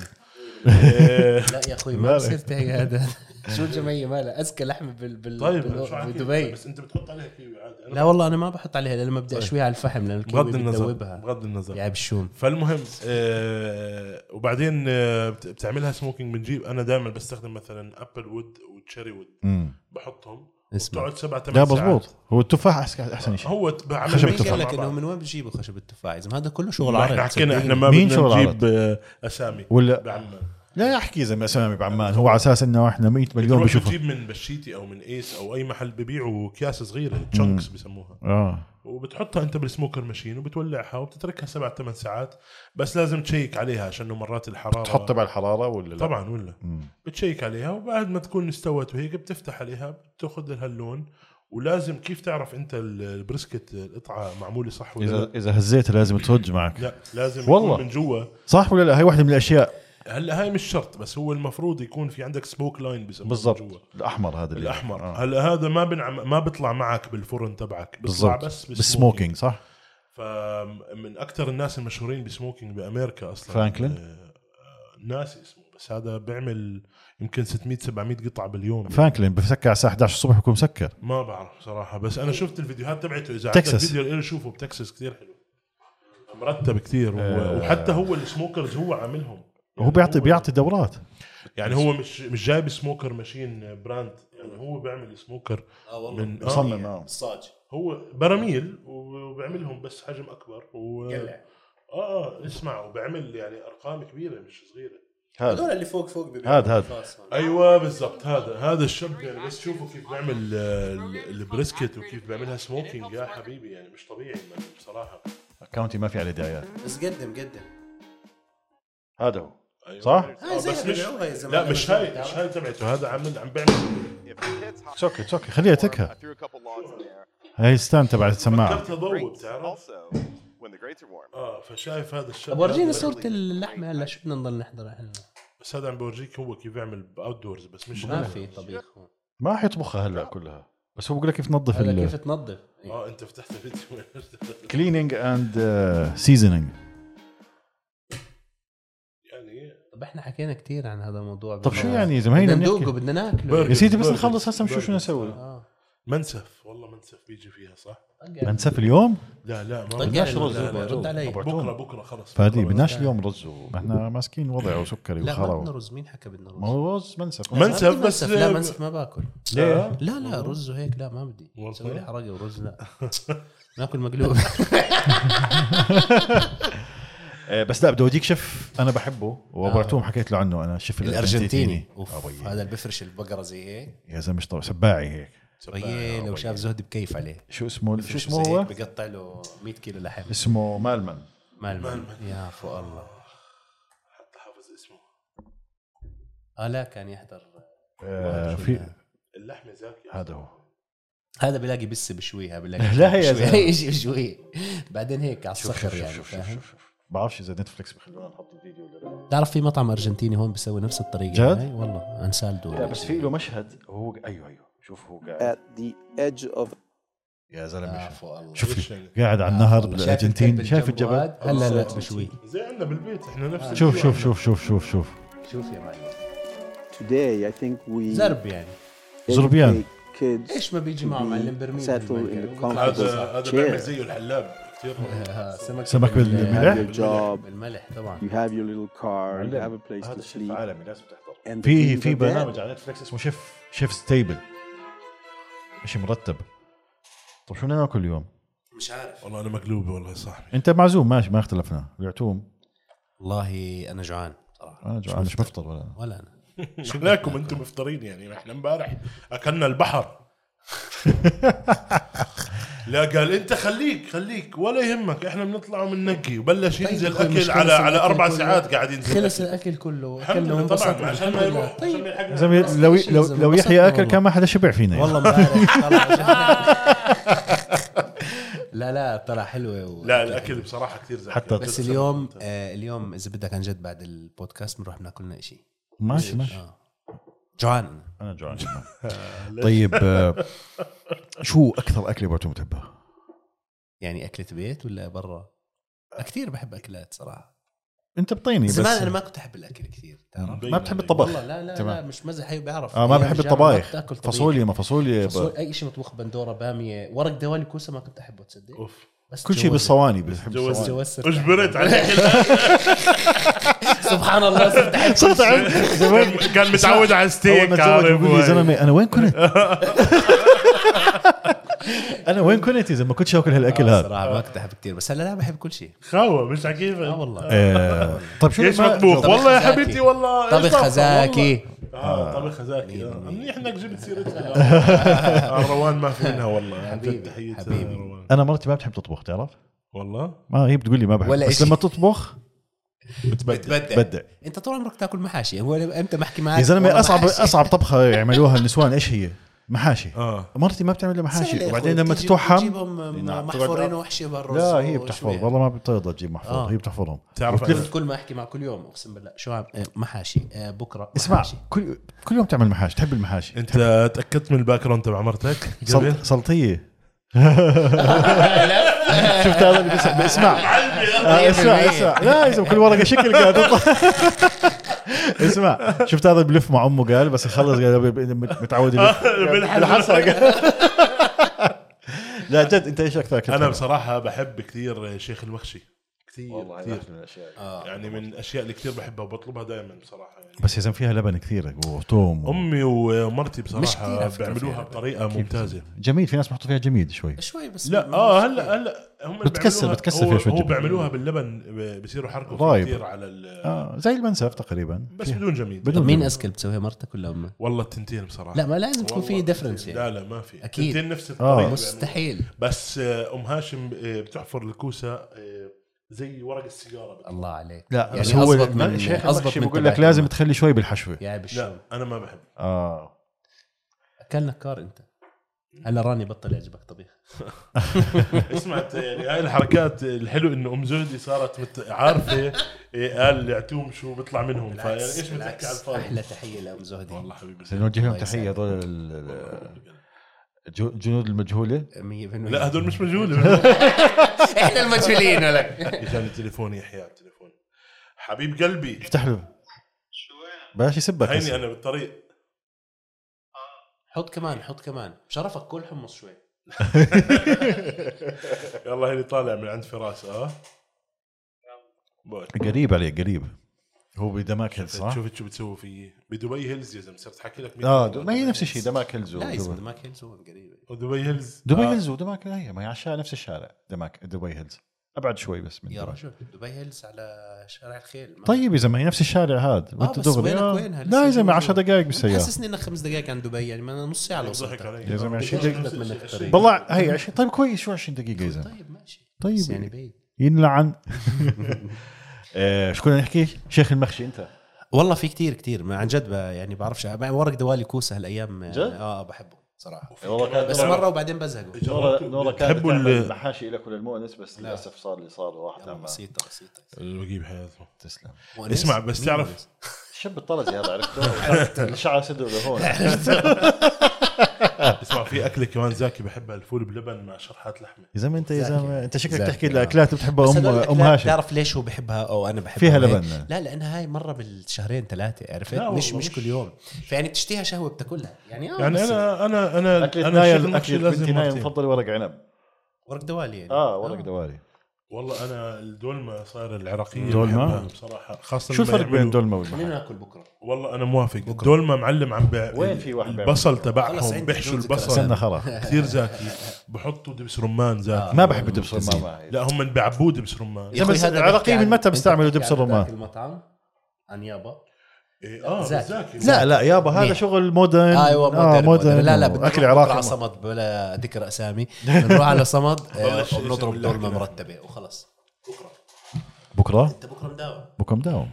إيه، لا يا اخوي لا، ما لا. بصير تحكي هذا <laughs> شو الجمعيه مالها اذكى لحمه بال بال طيب بال- شو عم بدبي بس انت بتحط عليها كيوي عادي أنا لا والله انا ما بحط عليها لما طيب. بدي اشويها على الفحم لان الكيوي بغض النظر بتذوبها بغض النظر يا بشوم فالمهم آه وبعدين آه بت- بتعملها سموكينج بنجيب انا دائما بستخدم مثلا ابل وود وتشيري وود مم. بحطهم اسمع تقعد سبع ثمان لا ساعات مزبوط هو التفاح أحسن- احسن شيء هو ت- بعمل خشب ميكس مين قال مع لك انه بعض. من وين بتجيبوا خشب التفاح يا زلمه هذا كله شغل ما عرق احنا حكينا احنا صدقني. ما مين بدنا شغل نجيب آه، اسامي ولا بعمان لا احكي زي ما اسامي بعمان هو على اساس انه احنا 100 مليون تروح بشوفه تجيب من بشيتي او من ايس او اي محل ببيعوا اكياس صغيره تشانكس بسموها اه وبتحطها انت بالسموكر ماشين وبتولعها وبتتركها سبع ثمان ساعات بس لازم تشيك عليها عشان مرات الحراره تحط تبع الحراره ولا لا؟ طبعا ولا مم. بتشيك عليها وبعد ما تكون استوت وهيك بتفتح عليها بتاخذ لها اللون ولازم كيف تعرف انت ال- البريسكت القطعه معموله صح ولا لا اذا اذا هزيتها لازم تهج معك لا لازم والله. يكون من جوا صح ولا لا هاي واحده من الاشياء هلا هاي مش شرط بس هو المفروض يكون في عندك سموك لاين بسموه من جوا بالضبط الاحمر هذا اللي- الاحمر آه. هلا هذا ما بنعم ما بيطلع معك بالفرن تبعك بيطلع بالضبط بس بالسموكينج صح فمن اكثر الناس المشهورين بسموكينج بامريكا اصلا فرانكلين؟ آه، آه، ناسي اسمه بس هذا بيعمل يمكن 600 700 قطعه باليوم فرانكلين بسكر على الساعه 11 الصبح بكون مسكر ما بعرف صراحه بس انا شفت الفيديوهات تبعته اذا عندك تكساس. فيديو له شوفه بتكساس كثير حلو مرتب كثير و... وحتى هو السموكرز هو عاملهم وهو آه. بيعطي يعني هو- بيعطي دورات يعني هو مش مش جايب سموكر ماشين براند يعني هو بيعمل سموكر آه والله. من آه، مصمم اه الصاج هو براميل وبعملهم بس حجم اكبر و يلا. اه اه اسمع وبعمل يعني ارقام كبيره مش صغيره هذا هذول اللي فوق فوق هاد- هاد. ايوه بالضبط هذا هذا الشاب يعني بس شوفوا كيف بيعمل آه، ال- البريسكت وكيف بيعملها سموكينج يا حبيبي يعني مش طبيعي ما- بصراحه كاونتي ما في عليه دعايات بس قدم قدم هذا هو أيوة. صح؟ آه زي بس اللي مش بيعملوها يا زلمة. لا مش هاي مش هاي تبعته هذا عامل عم بيعمل It's okay, it's okay. خليها تكها. هاي الستاند تبع السماعه فكرت اضوب بتعرف اه فشايف هذا الشاب طب ورجيني هذا- صورة اللحمة هلا شو بدنا نضل نحضرها احنا بس هذا عم بورجيك هو كيف بيعمل باوت دورز بس مش ما أنا. في طبيخ هون. ما حيطبخها هلا كلها بس هو بقول لك كيف تنظف هلا كيف تنظف إيه. اه انت فتحت فيديو <laughs> كليننج اند سيزننج يعني طب احنا حكينا كثير عن هذا الموضوع طب شو يعني يا زلمه هينا بدنا ندوقه بنحكي بدنا ناكله برجر. يا سيدي بس برجر. نخلص هسه نشوف شو برجر. نسوي اه منسف والله منسف بيجي فيها صح؟ يعني. بنسف اليوم لا لا ما طيب بدناش يعني رز. لا، لا، رد لا، علي. بكره بكره خلص فادي بكرة. بدناش اليوم رز ما احنا ماسكين وضع وسكري لا ما بدنا وخرا رز مين حكى بدنا رز ما هو رز منسف من- منسف ما بدي بس- لا منسف ما باكل لا لا لا رز وهيك لا ما بدي والله. سوي لي حرقه ورز لا <laughs> ناكل مقلوب <laughs> آه، بس لا بدي اوديك شيف انا بحبه وبرتوم حكيت له عنه انا شيف الارجنتيني أبي. اوف آه. هذا اللي بفرش البقره زي هيك يا زلمه مش طبيعي سباعي هيك ريال لو شاف زهد بكيف عليه شو اسمه شو بفرشه اسمه زي هيك هو؟ بقطع له 100 كيلو لحم اسمه مالمن مال مال يا فو الله حتى حافظ اسمه اه لا كان يحضر آه، في اللحمه زاكيه هذا هو هذا بلاقي بس بشويها بلاقي <laughs> <laughs> لا يا زلمه. اي شيء بشويه بعدين هيك على الصخر يعني فاهم شوف بعرفش اذا نتفلكس بخلونا نحط الفيديو ولا لا تعرف في مطعم ارجنتيني هون بيسوي نفس الطريقه جد؟ هاي والله انسالدو لا بس في له مشهد هو ايوه ايوه شوف هو قاعد آه، at the edge of يا زلمه شوف. عفو الله شوف إيش لي. يعني؟ قاعد على النهر شايف الكلب الارجنتيني آه، شايف الجنب الجبل وهاد؟ هلا لا بشوي زي عندنا بالبيت احنا نفس شوف الفيديو شوف عندنا. شوف شوف شوف شوف شوف يا معلم today. I think we زرب يعني زربيان. educate kids ايش ما بيجي معه معلم برميل settle in بالمركب. the هذا هذا Chair. بيعمل زيه الحلاب <laughs> كثير رهيب. آه، سمك سمك بالملح؟ your job, بالملح طبعا you have your little car, you have a place هذا to شيف sleep. عالمي لازم تحضر And the في dreams في of that. برنامج على نتفلكس اسمه شيف شيف ستيبل شيء مرتب طب شو بدنا ناكل اليوم؟ مش عارف والله انا مقلوب والله يا صاحبي انت معزوم ماشي ما اختلفنا العتوم والله انا جوعان صراحه انا جوعان مش بفطر ولا ولا انا شفناكم انتم مفطرين يعني احنا امبارح <laughs> اكلنا البحر لا قال انت خليك خليك ولا يهمك احنا بنطلع وبننقي وبلش طيب ينزل أخوي، مش اكل على خلص على الأكل اربع كله. ساعات قاعد ينزل خلص أكل. الاكل كله الحمد اكلنا لله وانبسطنا طبعا عشان ما الحمد لله. يروح عشان <laughs> طيب ما يلحقنا. زلمه لو لو لو يحيى اكل والله. كان ما حدا شبع فينا يعني. والله <laughs> امبارح طلع جهنم. لا لا طلع حلوه و... لا الاكل بصراحه كثير زاكي حتى- بس اليوم آه اليوم اذا بدك عن جد بعد البودكاست بنروح بناكل لنا شيء ماشي ماشي اه جوعان انا <laughs> جوعان طيب آه، شو اكثر اكله بعتوم تحبها؟ يعني اكله بيت ولا برا؟ كثير بحب اكلات صراحه انت بطيني يعني بس آه، زمان انا ما كنت احب الاكل كثير تعرف ما بتحب الطبخ والله لا لا لا تمام. مش مزح هي بعرف اه ما أيام بحب الجامعة الطبايخ كنت آكل طبيخ. فاصوليا ما فاصوليا ب- فاصول اي شيء مطبوخ بندوره باميه ورق دوالي كوسه ما كنت احبه تصدق اوف بس كل شيء بالصواني بحب جوز- الصواني. جوزت اجبرت آه، <laughs> عليه سبحان الله صرت أحب <laughs> صرت عن- زمان كان متعود على اول <laughs> ستيك ما تزوج بقول لي يا زلمه انا وين كنت؟ انا وين كنت اذا ما كنتش اكل هالاكل هذا صراحه ما كنت احب كثير بس هلا لا بحب كل شيء خاوه مش عكيفه اه والله آه، طيب شو ايش لما- مطبوخ طبخ والله يا خزاكي. حبيبتي والله آه، إيش طبخ طبخة؟ خزاكي والله. اه طبخ خزاكي آه. منيح انك جبت <laughs> سيرتها آه، الروان ما في منها والله حبيبي، تحيه حبيبي. روان انا مرتي ما بتحب تطبخ تعرف والله ما هي بتقول لي ما بحب ولا بس إشي. لما تطبخ بتبدع بدع. انت طول عمرك تاكل محاشي هو انت محكي معك يا زلمه والله اصعب محاشي. اصعب طبخه يعملوها النسوان ايش هي؟ محاشي اه مرتي ما بتعمل لي سهلة محاشي يا وبعدين أخوي، لما بتجيب- تتوحم بتجيبهم نعم. محفورين وحشه برا لا وشو- هي وشو بتحفظ بيها. والله ما بتقدر تجيب محفوظ آه. هي بتحفظهم تعرف بتلف كل ما احكي مع كل يوم اقسم بالله شو عم آه، محاشي آه، بكره اسمع محاشي. كل كل يوم تعمل محاشي تحب المحاشي انت تاكدت من الباك جراوند تبع مرتك إيه، قبل سلط- <laughs> سلطيه شفت هذا اللي بيسمع- اسمع إيه، آه، <laughs> اسمع اسمع لا يا زلمة كل ورقه شكل قاعد يطلع. <laughs> اسمع شفت هذا بلف مع امه قال بس يخلص قال ب- ب- متعود يلف آه. <laughs> بالحلقه لا جد انت ايش اكثر أكلت <laughs> انا حلو؟ بصراحه بحب كثير شيخ المخشي كثير والله كثير واحد من الاشياء يعني من الاشياء اللي كثير بحبها وبطلبها دائما بصراحه يعني. بس يا زلمه فيها لبن كثير وثوم و- امي ومرتي مش كتير بصراحه على فكرة بيعملوها فيها. بطريقه ممتازه جميل في ناس بحطوا فيها جميل شوي شوي بس لا آه، اه هلا هلا هم بتكسر- بيعملوها- بتكسر هو- فيها شوي هو جبن. بيعملوها باللبن ب- بصيروا حركوا فيه رايب. كثير على ال آه زي المنسف تقريبا بس فيها- بدون جميل طب بدون مين جبن. اذكى بتسويها مرتك ولا امك؟ والله التنتين بصراحه لا ما لازم يكون في والله ديفرنس يعني لا لا ما في أكيد. التنتين نفس آه. الطريقه بيعملوها. مستحيل بس آه، ام هاشم آه، بتحفر الكوسه آه، زي ورق السيجاره بت- الله عليك لا يعني بس هو أزبط ما- من- الشيخ أزبط المخشي من بقول تبعك لك لازم كمان. تخلي شوي بالحشوه يا بالشو لا انا نعم، ما بحب <laughs> اه اكل نكار انت هلا راني بطل يعجبك طبيخ سمعت يعني هاي الحركات الحلو انه ام زهدي صارت مت... عارفه إيه، قال العتوم شو بيطلع منهم فيعني بالعكس، ايش بتحكي على بالعكس. الفاضي احلى تحيه لام زهدي والله حبيبي آه، نوجه لهم الله تحيه يسعدك. هذول ال- ال- الجو- الجنود المجهوله 100% لا هدول مش مجهولة احنا المجهولين ولك اجاني تليفون يحيى على التليفون حبيب <laughs> قلبي افتح له بلاش يسبك هيني هسه. انا بالطريق حط كمان حط كمان شرفك كل حمص شوي <laughs> يلا هيني طالع من عند فراس اه بوي. قريب عليك قريب هو بدماك هيلز صح؟ شفت شو بتسوي في بدبي هيلز يا زلمه صرت حكي لك اه د- ما هي نفس الشيء دماك هيلز لا يا زلمه ودبي ما كان سوى قريب دبي هيلز دبي آه. هيلز ودماك هي ما هي على الشارع نفس الشارع دماك دبي هيلز ابعد شوي بس من يا دماك. رجل دبي هيلز على شارع الخيل ما- طيب يا زلمه هي نفس الشارع هذا بس دغري وينك آه. وينها؟ لسه لا يا زلمه جوا. 10 دقائق بالسياره حسسني انك خمس دقائق عن دبي يعني ما أنا نص ساعه لو ضحك علي يا زلمة عشان منك طريق. بالله هي 20 طيب كويس شو 20 دقيقه يا <laughs> زلمه طيب ماشي طيب. بس يعني بعيد ينلعن <laughs> آه، شو كنا نحكي؟ شيخ المخشي انت والله في كتير كتير ما عن جد ب- يعني بعرفش مع ورق دوالي كوسه هالايام جد؟ اه بحبه صراحه والله كان- بس مره وبعدين بزهقه نورا نورا كانت بتحبوا تعمل ال- المحاشي لك وللمؤنس بس للاسف صار اللي صار واحد يلا، عم بسيطه بسيطه بجيب حياته تسلم وأنس؟ اسمع بس مين تعرف <laughs> وأنس؟ الشاب الطرزي هذا <laughs> عرفته شعر صدره <laughs> لهون اسمع في اكله كمان زاكي بحبها الفول بلبن مع شرحات لحمه يا زلمه انت يا زلمه انت شكلك زاكي. تحكي الاكلات بتحبها بس ام هدول ام الأكلات هاشم بتعرف ليش هو بحبها او انا بحبها فيها وهيك؟ لبن. لا لانها هاي مره بالشهرين ثلاثه عرفت لا مش والله مش مش- كل يوم فيعني بتشتهيها شهوه بتاكلها يعني اه يعني بس انا انا انا اكلة انا نايا شغل محشي الاكل بنتي نايا مرتين. المفضله ورق عنب ورق دوالي يعني اه ورق دواري والله انا الدولمه صايره العراقيه دولمة؟ بحبها بصراحه خاصه شو لما الفرق بين يعملوا- الدولمه خلينا والمحاشي؟ ناكل بكره والله انا موافق الدولمه معلم عم بيع وين في واحد بيعمل البصل خلص تبعهم عندي بيحشوا بدون ذكر البصل استنى خلاص كثير زاكي بحطوا دبس رمان زاكي ما بحب الدبس الرمان لا هم بيعبوه دبس رمان يا أخوي بس هذا العراقيين بيحكي عن- من متى أنت بيستعملوا بتحكي دبس عن الرمان؟ ذاك المطعم عن يابا إيه، اه زاكي. زاكي لا لا يابا هذا منيح. شغل مودرن ايوه مودرن, آه مودرن. مودرن لا لا بدنا اكل نروح عراقي على صمد بلا ذكر <laughs> اسامي نروح على صمد آه، بلش وبنضرب اسم دولمه الأكلة. مرتبه وخلص بكره بكره انت بكره مداوم بكره مداوم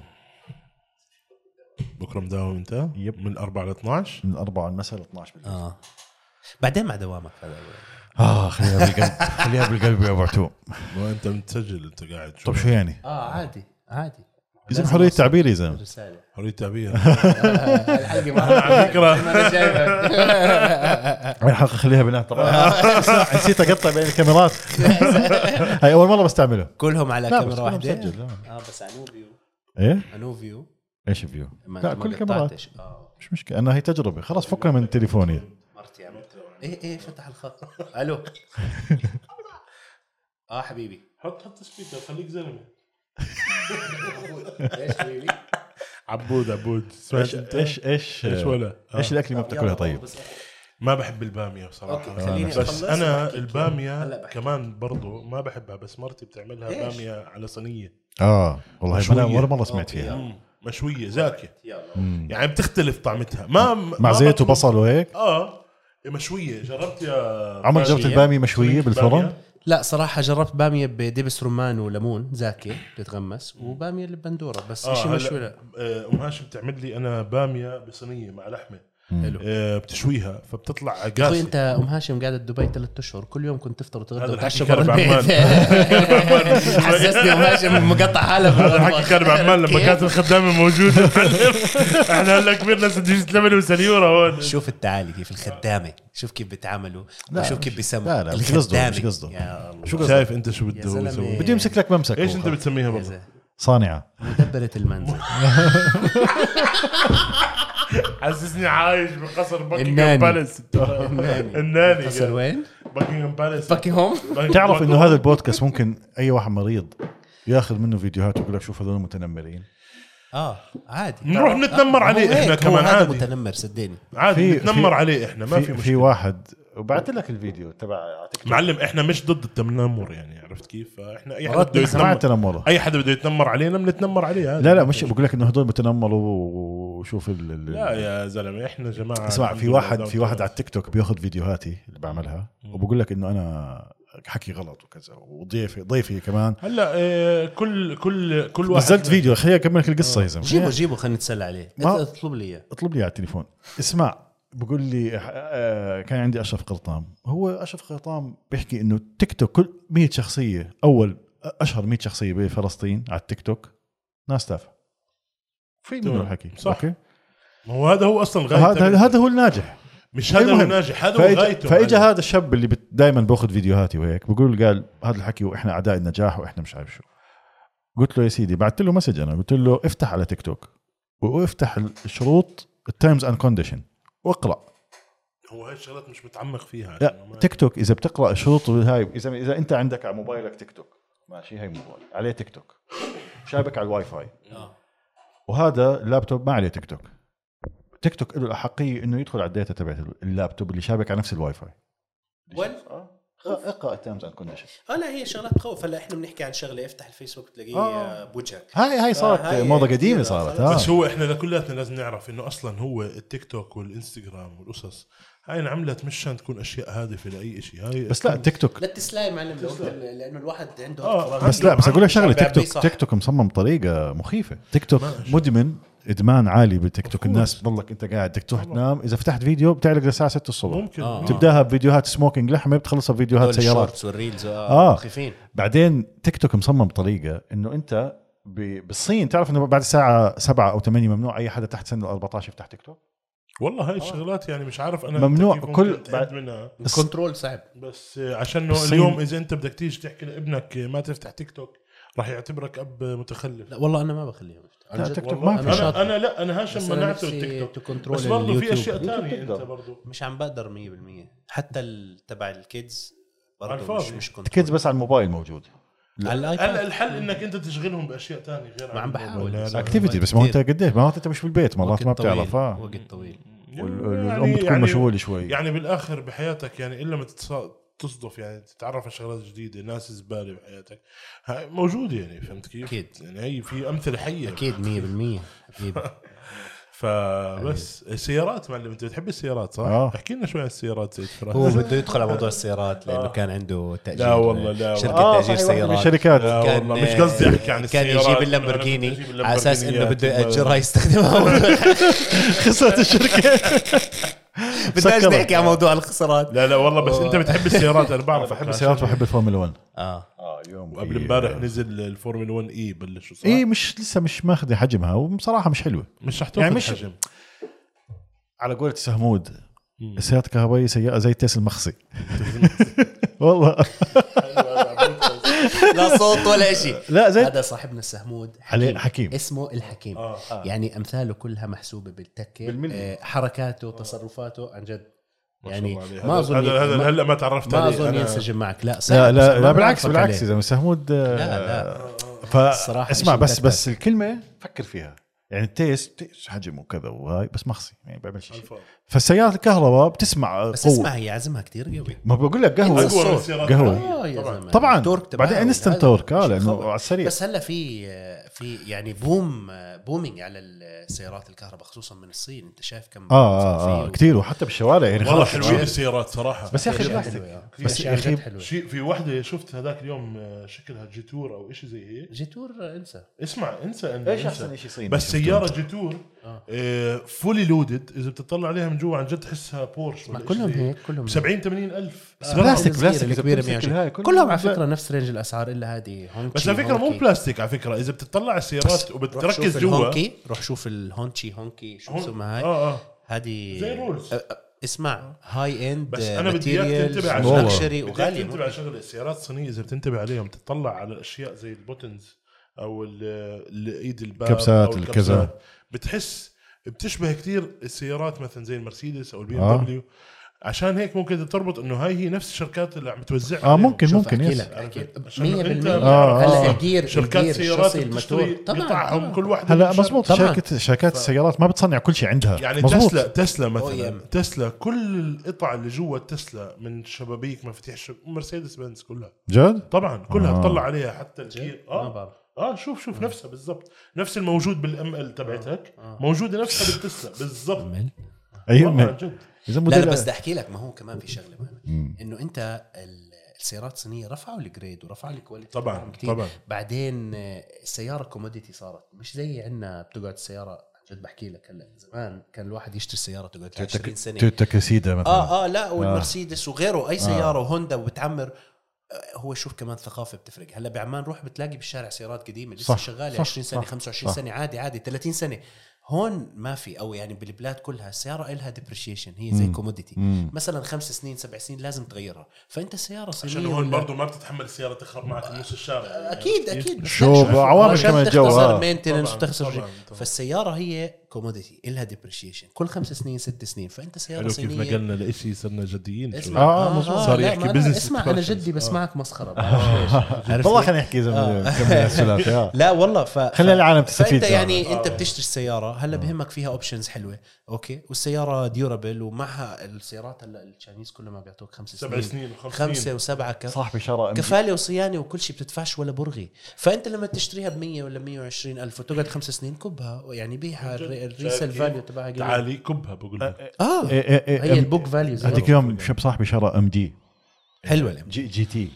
بكره مداوم انت يب. من 4 ل 12 من 4 المساء ل 12 بالليل اه بعدين مع دوامك هذا اه خليها بالقلب خليها بالقلب يا ابو عتوم وانت متسجل انت قاعد طب شو يعني؟ اه عادي عادي يا زلمه حريه تعبير يا زلمه رساله حريه تعبير الحلقه ما على فكره انا جايبك الحلقه خليها بناء طبعا <laughs> نسيت اقطع بين <laughs> الكاميرات هاي اول مره بستعمله كلهم على لا، بس كاميرا كلهم واحده مسجل، آه. اه بس انوفيو ايه انوفيو ايش فيو؟ ما- لا ما كل الكاميرات قطعتش. اه مش مشكله انا هي تجربه خلاص فكنا من تليفوني مرتي عملت ايه ايه فتح الخط الو اه حبيبي حط حط سبيكر خليك زلمه ايش حبيبي؟ عبود عبود سمعت ايش انت ايش ايش ايش ولا آه. ايش الاكل اللي ما بتاكلها طيب؟ ما بحب الباميه صراحه أوكي، خليني بس أخلص انا وبحكي. هلا الباميه بحكي. كمان برضو ما بحبها بس مرتي بتعملها ليش؟ باميه على صينيه اه والله مشوية. انا ولا مره سمعت أوكي. فيها مم، مشويه زاكيه يلا يعني بتختلف طعمتها ما مع ما زيت بطلب- وبصل وهيك اه مشويه جربت يا عمرك جربت فاجئ؟ البامية مشوية صينية بالفرن؟ بامية؟ لا صراحه جربت باميه بدبس رمان وليمون زاكيه بتتغمس وباميه اللي بندوره بس آه شيء هلا، مشوي لا آه، ام هاشم بتعمل لي انا باميه بصينيه مع لحمه حلو آه، بتشويها فبتطلع اخوي قاسيه انت ام هاشم قاعد دبي ثلاث اشهر كل يوم كنت تفطر وتغدى هذا الحكي وتعشى برا كرب البيت <laughs> حسسني ام هاشم مقطع حاله هذا بالمطبخ. حكي خرب عمان لما كيف؟ كانت الخدامه موجوده احنا هلا كبرنا سندويشة لبن وسنيوره هون شوف التعالي كيف الخدامه شوف كيف بيتعاملوا لا، وشوف مش- كيف بيسموا لا، لا، مش قصده، الخدامة. مش قصده. يا الله شو قصدك؟ شايف انت شو بده زلمة. يسوي بده يمسك لك ممسك ايش انت وخلاص. بتسميها يا بابا زلمة. صانعة مدبرة <laughs> المنزل حسسني عايش بقصر الناني. باكنغهام بالاس الناني. الناني قصر وين؟ باكنغهام بالاس فكي هوم تعرف انه هذا البودكاست ممكن اي واحد مريض ياخذ منه فيديوهات ويقول لك شوف هذول متنمرين اه عادي نروح نتنمر هو عليه هيك، احنا هو كمان هذا عادي متنمر صدقني عادي في- نتنمر في- عليه احنا ما في في, في مشكله واحد وبعت لك الفيديو تبع معلم احنا مش ضد التنمر يعني عرفت كيف؟ فاحنا اي حدا مرات بده نحن مع يتنمر التنمر اي حدا بده يتنمر علينا بنتنمر عليه عادي. لا لا مش بقول لك انه هذول متنمروا وشوف ال ال- لا يا زلمه احنا جماعه اسمع الحمد في لله واحد دولة في واحد خلاص. على التيك توك بياخذ فيديوهاتي اللي بعملها وبقول لك انه انا حكي غلط وكذا وضيفي ضيفي كمان هلا آه، كل كل كل واحد يعني. آه. نزلت فيديو خليني اكمل لك القصه يا زلمه جيبه جيبه خلينا نتسلى عليه ما- اطلب لي اياه اطلب لي على التليفون اسمع بقول لي آه، كان عندي اشرف قرطام هو اشرف قرطام بيحكي انه تيك توك كل 100 شخصيه اول اشهر 100 شخصيه بفلسطين على التيك توك ناس تافهه في منه تمام. الحكي صح. ما هو هذا هو اصلا غايته هذا هذا هو الناجح مش هذا هو المهم. ناجح هذا هو فاجى غايته فاجى معلم. هذا الشاب اللي دائما باخذ فيديوهاتي وهيك بقول قال هذا الحكي واحنا اعداء النجاح واحنا مش عارف شو قلت له يا سيدي بعثت له مسج انا قلت له افتح على تيك توك وافتح الشروط التيرمز اند كونديشن واقرا هو هاي الشغلات مش متعمق فيها عشان لا ما- تيك توك اذا بتقرا الشروط هاي اذا اذا انت عندك على موبايلك تيك توك ماشي هاي موبايل عليه تيك توك شابك على الواي فاي آه. وهذا اللابتوب ما عليه تيك توك تيك توك له الاحقيه انه يدخل على الداتا تبعت اللابتوب اللي شابك على نفس الواي فاي وين؟ آه. اقرا التيرمز اند كونديشن اه لا هي شغلات تخوف هلا احنا بنحكي عن شغله افتح الفيسبوك تلاقيه آه. بوجهك هاي هاي صارت آه، هاي موضه كتير قديمه صارت. صارت آه. بس هو احنا لكلاتنا لازم نعرف انه اصلا هو التيك توك والانستغرام والقصص هاي انعملت مش عشان تكون اشياء هادفه لاي شيء هاي بس لا تيك توك لا تسلاي معلم لو أنت- لانه الواحد عنده آه، اضطراب. بس لا بس اقول لك شغله بيعمل تيك توك صح. تيك توك مصمم بطريقه مخيفه تيك توك ماشي. مدمن ادمان عالي بالتيك توك مفهوم. الناس بتضلك انت قاعد بدك تروح تنام اذا فتحت فيديو بتعلق للساعه 6 الصبح ممكن آه. تبداها بفيديوهات سموكينج لحمه بتخلصها بفيديوهات هدول سيارات الشورتس والريلز آه. اه مخيفين بعدين تيك توك مصمم بطريقه انه انت ب- بالصين تعرف انه بعد الساعه 7 او 8 ممنوع اي حدا تحت سن ال 14 يفتح تيك توك والله هاي الشغلات يعني مش عارف انا ممنوع كيف كل- ممكن تعد منها بس- كنترول صعب بس آه، عشان إنه الصين- اليوم اذا انت بدك تيجي تحكي لابنك آه، ما تفتح تيك توك راح يعتبرك اب متخلف لا والله انا ما بخليهم يفتحوا. عن لا، جد تيك توك والله ما في. أنا شاطر. انا انا لا انا هاشم بس أنا منعته نفسي التيك to توك control بس برضه في اليوتيوب. اشياء ثانيه انت تقدر. برضه مش عم بقدر 100% حتى ال- تبع الكيدز على برضه الفاضي. مش مش كنترول يعني. الكيدز بس على الموبايل موجود على هلا الايباد الحل انك انت تشغلهم باشياء ثانيه غير ما عم عن الموبايل. بحاول. لا، لا. اكتيفيتي بس ما هو انت قديش مرات انت مش بالبيت مرات وقت ما طويل. بتعرف اه وقت طويل وال- وال- يعني- الام بتكون يعني- مشغوله شوي يعني بالاخر بحياتك يعني الا ما تتص- تصدف يعني تتعرف على شغلات جديده ناس زباله بحياتك هاي موجوده يعني فهمت كيف؟ أكيد. يعني هي في امثله حيه اكيد 100% حبيبي <laughs> فبس السيارات معلم انت بتحب السيارات صح؟ آه. احكي لنا شوي عن السيارات سيد فراس هو بده يدخل على موضوع السيارات لانه كان عنده تاجير آه. لا والله، لا شركه آه، تاجير صحيح، واحد من سيارات آه. الشركات. لا كان- والله، مش قصدي أحكي كان عن السيارات، يجيب أنا بدي اللامبورجيني أجيب على اساس انه اللامبورجينيات. بده ياجرها <laughs> يستخدمها خسرت الشركه بدناش سكرت. نحكي عن موضوع الخسارات لا لا والله بس انت بتحب السيارات انا بعرف بحب السيارات وبحب الفورمولا 1 اه اه اليوم قبل امبارح نزل الفورمولا 1 اي E، بلشوا صح؟ اي إيه، مش لسه مش ماخذه حجمها وبصراحه مش حلوه مش رح يعني تاخذ مش- حجم على قولة سهمود السيارات الكهربائيه سيئه زي تيس <laughs> المخصي والله لا صوت ولا شيء لا زي هذا صاحبنا السهمود علي- حكيم. اسمه الحكيم آه. يعني امثاله كلها محسوبه بالتكه بالملي. آه، حركاته تصرفاته عن جد ما شاء يعني الله عليه. ما هذا- اظن هذا هذا ما, هلا ما تعرفت ما عليه. اظن أنا- ينسجم معك لا لا صعب، لا بس لا ما بالعكس بعرفك بالعكس عليه. اذا سهمود لا لا ف الصراحة اسمع إشي آه، بس بدفع. بس الكلمه فكر فيها يعني التيست تيست حجم وكذا وهاي بس مخصي يعني بعمل شيء الفار. فالسيارات الكهرباء بتسمع بس قوة. اسمع هي عزمها كتير قوي ما بقول لك قهوه الصوت. اقوى من السيارات قهوة. العادية. آه يا زلمه طبعاً. التورك تبعها بعدين instant هذا torque، آه، مش لأنه خبر. على السريع. بس هلا في في يعني بوم بومينج على السيارات الكهرباء خصوصا من الصين انت شايف كم اه صار اه, فيه. آه كثير وحتى بالشوارع يعني والله خلاص حلوين السيارات صراحه بس يا اخي أشياء بلاستيك حلوة، آه. في بس أشياء يا اخي جد حلوة. شيء في وحده شفت هذاك اليوم آه، شكلها جيتور او شيء زي هيك جيتور انسى اسمع انسى انه ايش انسى. احسن شيء صيني بس شفته؟ سياره جيتور آه. فولي لودد اذا بتطلع عليها من جوا عن جد تحسها بورش ما ولا كلهم شيء زي هيك كلهم ب هيك. 70 80 الف بس بلاستيك الصغيرة بلاستيك إذا الكبيرة بتمسك 120. الهاي كلهم على فكره نفس رينج الاسعار الا هذه هونكي بس على فكره مو هونكي. بلاستيك على فكره اذا بتطلع على السيارات روح شوف وبتركز جوا الهونكي روح شوف الهونشي هونكي شو هون- اسمها هاي اه اه هذه زي الرولز. أ- أ- اسمع هاي اند بس أنا بدي إياك تنتبه على شغلة. لكشري بدك وغاليه تنتبه على مرة. شغله السيارات الصينيه اذا بتنتبه عليهم بتطلع على الاشياء زي البوتنز او ال- ال- ايد الباب كبسات، أو الكذا. الكبسات. بتحس بتشبه كثير السيارات مثلا زي المرسيدس او البي آه. ام دبليو عشان هيك ممكن تربط انه هاي هي نفس الشركات اللي عم توزعها اه عليهم. ممكن شوف ممكن احكي يس. لك عرفت؟ احكي عشان 100% أنت آه، هلا آه. الجير شركات الجير سيارات الشاصي المشتري الماتور قطعهم كل واحدة هلا بتشتغل. مزبوط طبعاً. شركة شركات السيارات ما بتصنع كل شيء عندها يعني مزبوط. تسلا تسلا مثلا OEM. تسلا كل القطع اللي جوا التسلا من شبابيك مفاتيح الشب... مرسيدس بنز كلها جد؟ طبعا كلها آه. طلع عليها حتى الجير ما اه بعرف اه شوف شوف نفسها بالضبط نفس الموجود بالام ال تبعتك آه. موجوده نفسها بالتسلا بالضبط أمل. ايوه والله عن ما- جد اذا لا موديل لا بس يعني بدي احكي لك ما هو كمان في شغله مهمه انه انت ال- السيارات الصينيه رفعوا الجريد ورفعوا الكواليتي طبعاً، تبعهم كتير. طبعاً. بعدين آه، السياره كوموديتي صارت مش زي عندنا بتقعد السياره عن جد بحكي لك هلا زمان كان الواحد يشتري سياره تقعد لها 20 سنه تويوتا كاسيدا مثلا اه اه لا والمرسيدس وغيره آه. اي سياره وهوندا وبتعمر آه، هو شوف كمان الثقافه بتفرق هلا بعمان روح بتلاقي بالشارع سيارات قديمه لسه صح، شغاله صح، 20 سنه صح، 25 صح. سنه عادي عادي 30 سنه هون ما في او يعني بالبلاد كلها السياره لها ديبريشيشن هي زي كوموديتي مم. مثلا خمس سنين سبع سنين لازم تغيرها فانت سياره صينيه عشان هون ولا- برضه ما بتتحمل السياره تخرب معك بنص الشارع يعني. اكيد اكيد بس شو بدك- عوامل عشان كمان جو، تختصر آه. مينتننس طبعاً، وتخسر طبعاً، شيء. طبعاً. فالسياره هي كوموديتي لها ديبريشيشن كل خمس سنين ست سنين فانت سياره صينيه لإشي صرنا جديين اسمع آه، مظبوط. صار لا، يحكي ما أنا- business اسمع انا expressions. جدي بس آه. معك مسخره <laughs> بعرفش ليش. عرفت والله ليش؟ خلينا نحكي اذا آه. بدنا نكمل الثلاثي آه. لا والله ف خلي العالم تستفيد فانت فعلاً. يعني انت آه. بتشتري السياره هلا بهمك فيها اوبشنز حلوه اوكي والسياره ديورابل ومعها السيارات هلا التشاينيز كلها ما بيعطوك خمس سنين سبع سنين وخمس خمسه سنين. وسبعه كف... صاحبي شرى أم- كفاله وصيانه وكل شيء بتدفعش ولا برغي فانت لما تشتريها ب 100 ولا 120 الف وتقعد خمس سنين كبها يعني بيعها الري- الريسيل شايف كيف؟ فاليو تبعها قليل. تعالي كبها بقول لك اه إيه إيه إيه هي أم- البوك فاليو زي هذيك يوم شب صاحبي شرى ام دي حلوه الام جي, جي تي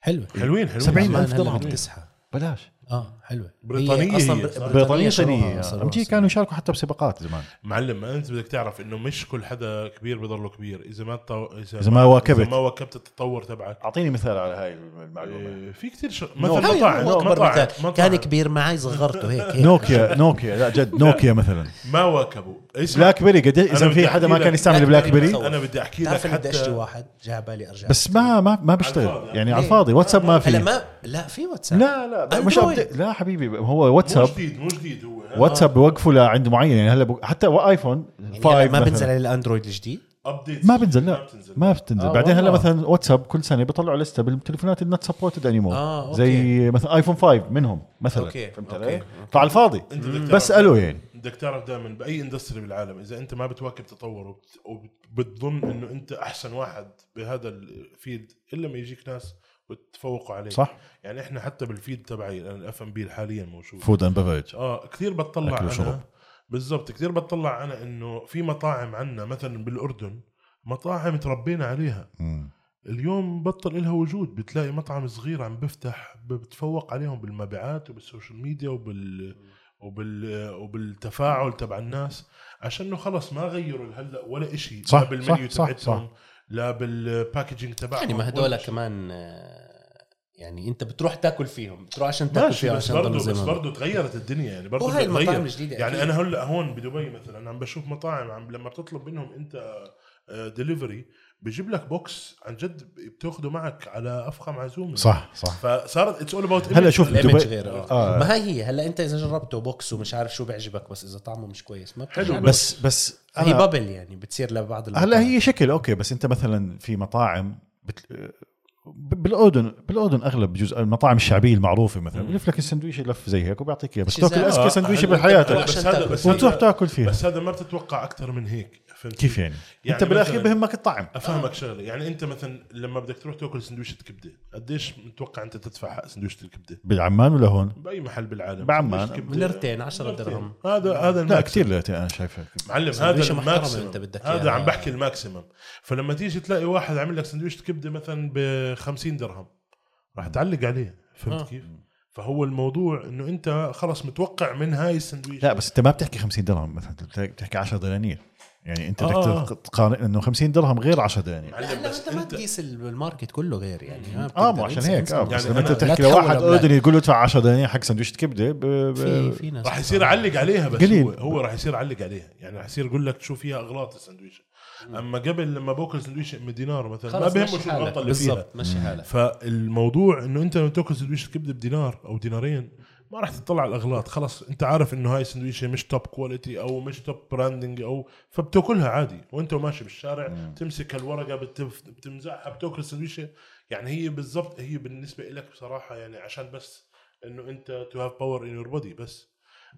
حلوه حلوين حلوين 70 كمان آه، ألف هلا دولار بتسحب بلاش اه حلوه بريطانية هي اصلا هي، بر- صح؟ بريطانية شروها- صينية صروها ام جي صينية. كانوا يشاركوا حتى بسباقات زمان معلم ما انت بدك تعرف انه مش كل حدا كبير بضله كبير اذا ما تطو... إذا ما واكبت. اذا ما واكبت التطور تبعك اعطيني مثال على هاي المعلومة إيه، في كثير شغ... نو. مثلا هاي مطاعم هو اكبر مطاعم مثال كان مطاعم كبير معي صغرته هيك هيك نوكيا نوكيا لا جد نوكيا مثلا ما واكبوا اسمع بلاك بيري قد إيش- أنا اذا بدي في حدا ما أحكي كان لك- يستعمل بلاك بيري أنا بدي أحكي لك تعرف إني بدي حتى- اشتري واحد جاء على بالي ارجع بس ما ما ما بيشتغل الفاضي. يعني على ليه؟ الفاضي واتساب ما في هلا ما لا في واتساب يعني لا لا مش أندرويد. آه. أبدي... لا حبيبي هو مو واتساب جديد مو جديد هو ها؟ واتساب بوقفوا لعند معين يعني هلا بق- حتى ايفون يعني هلا 5 ما مثلاً. بنزل على الاندرويد الجديد ابديت ما بنزل لا ما بتنزل آه، بعدين هلا والله. مثلا واتساب كل سنه بيطلعوا لسته بالتليفونات النت سبورتد انيمور آه، أوكي. زي مثلا ايفون 5 منهم مثلا أوكي، فهمت أوكي، علي؟ أوكي. فعلى الفاضي أنت بدك تعرف- بس الو يعني بدك تعرف دائما باي اندستري بالعالم اذا انت ما بتواكب تطور وبت- وبتظن انه انت احسن واحد بهذا الفيلد الا ما يجيك ناس وتفوقوا عليك صح. يعني احنا حتى بالفيلد تبعي الاف ام بي حاليا موجود فود اند بفرج اه كثير بتطلع أكل وشرب. انا بالضبط كثير بتطلع انا انه في مطاعم عنا مثلا بالاردن مطاعم تربينا عليها اليوم بطل إلها وجود بتلاقي مطعم صغير عم بفتح ب- بتفوق عليهم بالمبيعات وبالسوشيال ميديا وبال وبال وبالتفاعل تبع الناس عشان انه خلص ما غيروا هلا ولا شيء صح، لا بالمنيو صح، صح، تبعتهم لا بالباكجينج تبعهم يعني ما ولا هدول شيء. كمان آه، يعني انت بتروح تاكل فيهم بتروح عشان تاكل ماشي فيهم بس عشان تضلوا برضه زي بس ما هم. برضه تغيرت الدنيا يعني برضه وهاي المطاعم بتغير. الجديدة يعني أكيد. انا هلا هون بدبي مثلا عم بشوف مطاعم عم لما بتطلب منهم انت دليفري بجيب لك بوكس عن جد بتاخده معك على افخم عزومه صح صح فصارت اتس اول اباوت هلا شوف الايمج دبي غير آه. آه. ما هي هي هلا انت اذا جربته بوكس ومش عارف شو بيعجبك بس اذا طعمه مش كويس ما حلو بترجع. بس بس هي أنا- بابل يعني بتصير لبعض هلا المطاعم. هي شكل اوكي بس انت مثلا في مطاعم بت... ب- بالاردن بالاردن اغلب بجوز المطاعم الشعبيه المعروفه مثلا بيلف لك السندويشه لف زي هيك وبيعطيك اياه بس شيزان. تاكل اذكى آه، سندويشه أنت- بحياتك بس هذا بس وتروح هذا- تاكل فيها بس هذا ما بتتوقع اكثر من هيك فهمت كيف يعني؟ يعني انت بالاخير مثلاً- بهمك الطعم افهمك شغله يعني انت مثلا لما بدك تروح تاكل سندويشه كبده قديش متوقع انت تدفع حق سندويشه الكبده بالعمان ولا هون؟ باي محل بالعالم بعمان. سندويشة كبدة. ليرتين 10 درهم هذا هذا لا الماكسيمم. كثير لقيت انا شايفها معلم سندويشة هذا محترمة الماكسيمم أنت بدك هذا إياها. عم بحكي الماكسيمم فلما تيجي تلاقي واحد عامل لك سندويشه كبده مثلا ب 50 درهم راح تعلق عليه فهمت آه. آه. كيف؟ فهو الموضوع انه انت خلص متوقع من هاي السندويشه لا بس انت ما بتحكي 50 درهم مثلا أنت بتحكي 10 دنانير يعني انت بدك آه. تق- تقارن انه 50 درهم غير 10 دنانير معلم لا انت بس ما انت تقيس الماركت كله غير يعني ما اه بتقدر. ما عشان انسى- هيك انسى. اه بس يعني لما انت أنا- بتحكي لا تحول لواحد أولاد. اردني تقول له ادفع 10 دنانير حق سندويشه كبده ب... في ب... في ناس راح يصير يعلق عليها بس قليل. هو, هو راح يصير يعلق عليها يعني راح يصير يقول لك شو فيها اغلاط السندويشه اما قبل لما باكل سندويشه ام دينار مثلا ما خلص بهمه مشي شو الغلطه حالك اللي فيها بالضبط مشي حالك فالموضوع انه انت لما تاكل سندويشه كبده بدينار او دينارين ما راح تطلع على الاغلاط خلص انت عارف انه هاي السندويشه مش توب كواليتي او مش توب براندنج او فبتاكلها عادي وانت ماشي بالشارع تمسك الورقه بتف- بتمزحها بتاكل سندويشه يعني هي بالضبط هي بالنسبه لك بصراحه يعني عشان بس انه انت تو هاف باور ان يور بودي بس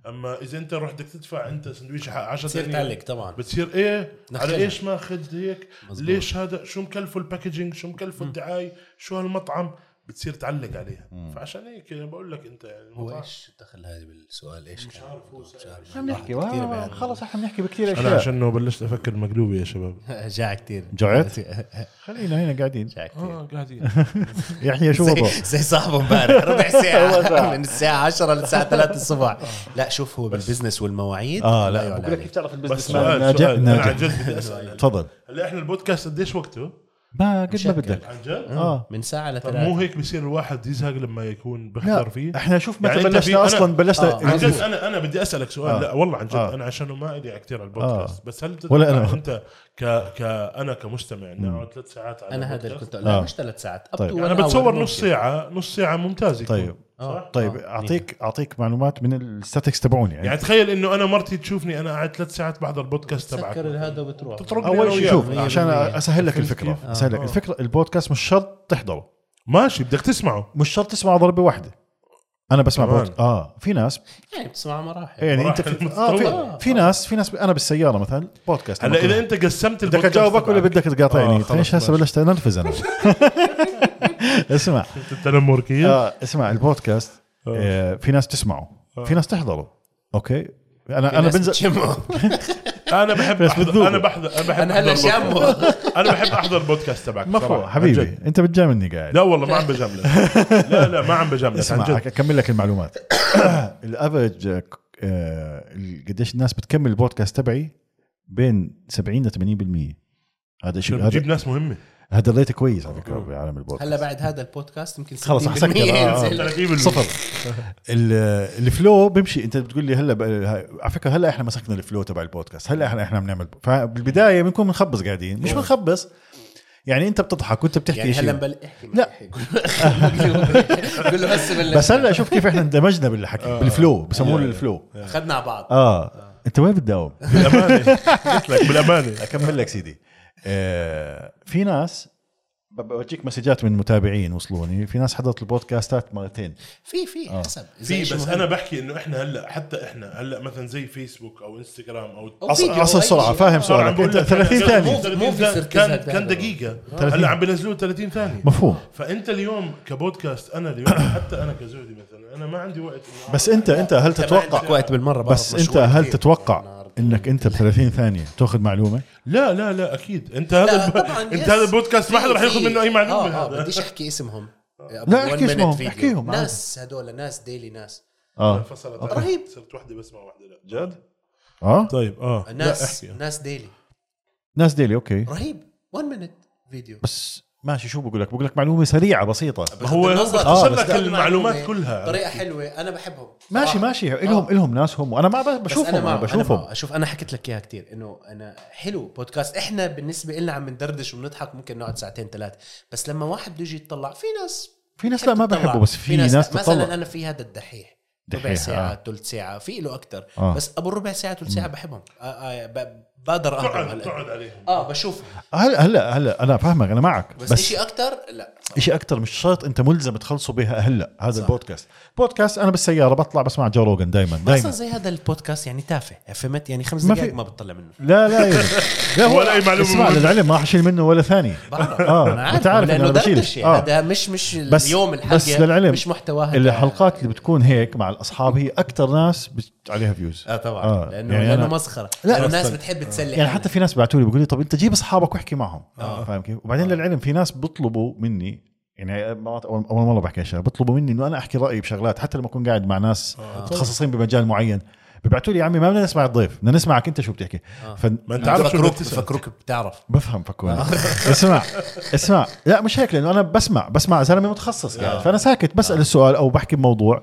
اما اذا انت رحت بدك تدفع انت سندويشه حق 10 بتصير دنانير، تعلق طبعا بتصير ايه نخلع. على ايش ماخذ هيك مزبوط. ليش هذا شو مكلفه الباكجينج شو مكلفه الدعايه شو هالمطعم بتصير تعلق عليها فعشان هيك بقول لك انت يعني هو المطاعم- ايش دخل هذا بالسؤال ايش كان؟ عارف هو مش عارف. عم نحكي كتير بعد. <laughs> خلص احنا بنحكي بكثير انا اشياء عشان بلشت افكر مقلوبه يا شباب جاع كثير <laughs> جوعت؟ خلينا هنا <laughs> قاعدين جاع كثير قاعدين يعني يحيى شو زي, وضعه؟ زي صاحبه <laughs> امبارح ربع ساعة من الساعة 10 للساعة 3 الصبح لا شوف هو بالبزنس والمواعيد اه آه. لا يعلى بقول لك عليه. كيف تعرف بس البزنس مان سؤال ناجح سؤال انا ناجح عن جد بدي <laughs> اسال تفضل هلا احنا البودكاست قديش وقته؟ ما قد ما مشكل. بدك عن <laughs> جد؟ اه من ساعة طب مو لثلاثة هيك بصير الواحد يزهق لما يكون بحضر فيه؟ لا احنا شوف متى يعني أنت في- بلشنا أنا- اصلا بلشنا آه. عن جد مزبوط. انا انا بدي اسالك سؤال آه. آه. لا والله عن جد آه. آه. انا عشانه ما لي كثير على البودكاست آه. آه. بس هل بتتوقع ولا أنا. انت ك ك انا كمستمع اني اقعد ثلاث ساعات على انا هذا اللي البودكاست؟ كنت آه. لا مش ثلاث ساعات طيب. انا بتصور نص ساعه نص ساعه ممتاز يكون. طيب. آه. طيب آه. اعطيك اعطيك معلومات من الستاتكس تبعوني يعني يعني تخيل انه انا مرتي تشوفني انا قاعد ثلاث ساعات بحضر البودكاست تبعك تسكر هذا وبتروح بتطرقني أنا اول شيء وياك. شوف مية عشان بالمية. اسهل لك فهمت الفكره كيف؟ آه. اسهل لك آه. الفكره البودكاست مش شرط تحضره ماشي بدك تسمعه مش شرط تسمعه ضربه واحده انا بسمع كمان. بودكاست اه في ناس يعني بتسمع مراحل يعني انت مراحل في, آه مضطرة. في, في ناس في ناس انا بالسياره مثلا بودكاست هلا اذا انت قسمت بدك البودكاست اجاوبك ولا تبعك. بدك آه، تقاطعني خلص، ليش هسه ماشي. بلشت انرفز انا اسمع انت التنمر كيف؟ <laughs> آه اسمع البودكاست آه في ناس تسمعه في ناس تحضره اوكي انا انا بنزل <laughs> انا بحب بس أحضر بتذوقه. انا بحضر انا بحب انا هلا أحضر بودكاست. شامه انا بحب احضر البودكاست تبعك مفروض صراحة. عن جد. حبيبي انت بتجاملني قاعد لا والله ما عم بجاملك <laughs> لا لا ما عم بجاملك عن اسمع جد اكمل لك المعلومات الافرج آه، ال- قديش الناس بتكمل البودكاست تبعي بين 70 ل 80% هذا شيء بتجيب هذا ناس آه. مهمه هذا ريت كويس على فكره بعالم البودكاست هلا بعد هذا البودكاست يمكن 60% خلص رح سكر. آه، آه. ينزل. 30% صفر ال- الفلو بيمشي انت بتقول لي هلا ب- هاي- على فكره هلا احنا مسكنا الفلو تبع البودكاست هلا احنا احنا بنعمل فبالبدايه بنكون بنخبص قاعدين مش بنخبص يعني انت بتضحك وانت بتحكي يعني هلا شيء بل احكي لا. معي. <laughs> قول له بس بالله. بس هلا شوف <laughs> كيف احنا اندمجنا آه. بالحكي بالفلو بسموه الفلو اخذنا على بعض اه انت وين بتداوم؟ <laughs> بالامانه قلت لك بالامانه <laughs> اكمل لك سيدي آه في ناس ب- بورجيك مسجات من متابعين وصلوني في ناس حضرت البودكاستات مرتين في آه. في حسب في بس انا بحكي انه احنا هلا حتى احنا هلا مثلا زي فيسبوك او انستغرام او أص- اصل سرعه فاهم صار عم سؤالك بقول انت لك 30 أنا- ثانيه مو- مو في كان- سيركس كان هالبهدلة. كان دقيقه 30. هلا عم بينزلوه 30 ثانيه مفهوم فانت اليوم كبودكاست انا <coughs> اليوم حتى انا كزهدي مثلا انا ما عندي وقت إني بس أقعد. انت انت هل تتوقع وقت بالمره بعرف بس انت مشغول هل كتير. يعني تتوقع انك انت ب 30 ثانيه تاخذ معلومه؟ لا لا لا اكيد انت هذا الب... طبعاً، انت يس. هذا البودكاست ما حدا رح في- ياخذ منه آه. اي معلومه آه آه هذا <laughs> بديش احكي اسمهم لا، احكي اسمهم، احكيهم عادي. ناس هدول ناس ديلي ناس اه آه. فصلت أوكي. علي. رهيب. صرت وحده بسمع وحده لا جد اه طيب اه لا ناس احكي ناس ديلي ناس ديلي اوكي رهيب 1 مينت فيديو بس ماشي شو بقول لك؟ بقول لك معلومه سريعه بسيطه ما هو بالنظرة اختصر آه، بس لك تعمل المعلومات معلومة كلها طريقه حلوه انا بحبهم ماشي صراحة. ماشي الهم الهم ناسهم وانا ما ب- آه. بس بشوفهم أنا انا معه، أنا بشوفهم معه. شوف انا حكيت لك اياها كثير انه انا حلو بودكاست احنا بالنسبه لنا عم ندردش وبنضحك ممكن نقعد ساعتين ثلاث بس لما واحد بده يجي يتطلع في ناس في ناس لا ما بتطلع. بحبوا بس في ناس لا. مثلا تطلع انا في هذا الدحيح ربع دحيح، ساعة آه. ثلث ساعة في له أكثر آه. بس أبو الربع ساعة ثلث ساعة بحبهم آه، آه، ب- بقدر اهضم تقعد هلا تقعد عليهم اه بشوف هلا هلا هلا انا فاهمك انا معك بس, بس, بس شيء اكثر لا شيء اكثر مش شرط انت ملزم تخلصه بها هلا هذا صح. البودكاست بودكاست انا بالسياره بطلع بسمع جو روجن دائما اصلا دائما زي هذا البودكاست يعني تافه فهمت يعني خمس ما دقائق في- ما بتطلع منه لا <laughs> لا يعني. لا هو ولا أي معلومة اسمع مهمة. للعلم ما حشيل منه ولا ثانية بعرف آه، انا عارف يعني. أنت عارف إنه لانه أنا بشيل. دردشه آه. هذا مش مش بس- اليوم بس الحلقه للعلم، مش محتواها الحلقات اللي بتكون هيك مع الاصحاب هي اكثر ناس بت- عليها فيوز اه طبعا آه، آه. لانه يعني يعني لانه أنا- مسخره لا، لانه الناس مسخرة. بتحب تسلي يعني حالها. حتى في ناس بعتوا لي بيقولوا لي طب انت جيب اصحابك واحكي معهم آه. فاهم كيف وبعدين للعلم في ناس بيطلبوا مني يعني مرات اول اول مره بحكي اشياء بيطلبوا مني انه انا احكي رايي بشغلات حتى لما اكون قاعد مع ناس متخصصين بمجال معين ببعثوا لي يا عمي ما بدنا نسمع الضيف بدنا نسمعك انت شو بتحكي ف... ما انت أنا عارف شو بفكروك بدك تسأل. بفكروك بتعرف بفهم فكوني <laughs> اسمع اسمع لا مش هيك لانه انا بسمع بسمع زلمه متخصص يعني فانا ساكت بسال السؤال او بحكي بموضوع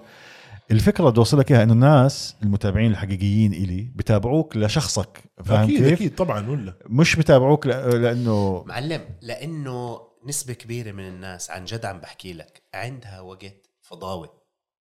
الفكره بدي اوصلك اياها انه الناس المتابعين الحقيقيين الي بتابعوك لشخصك فاهم اكيد كيف؟ اكيد طبعا ولا مش بتابعوك لأ- لانه معلم لانه نسبه كبيره من الناس عن جد عم بحكي لك عندها وقت فضاوي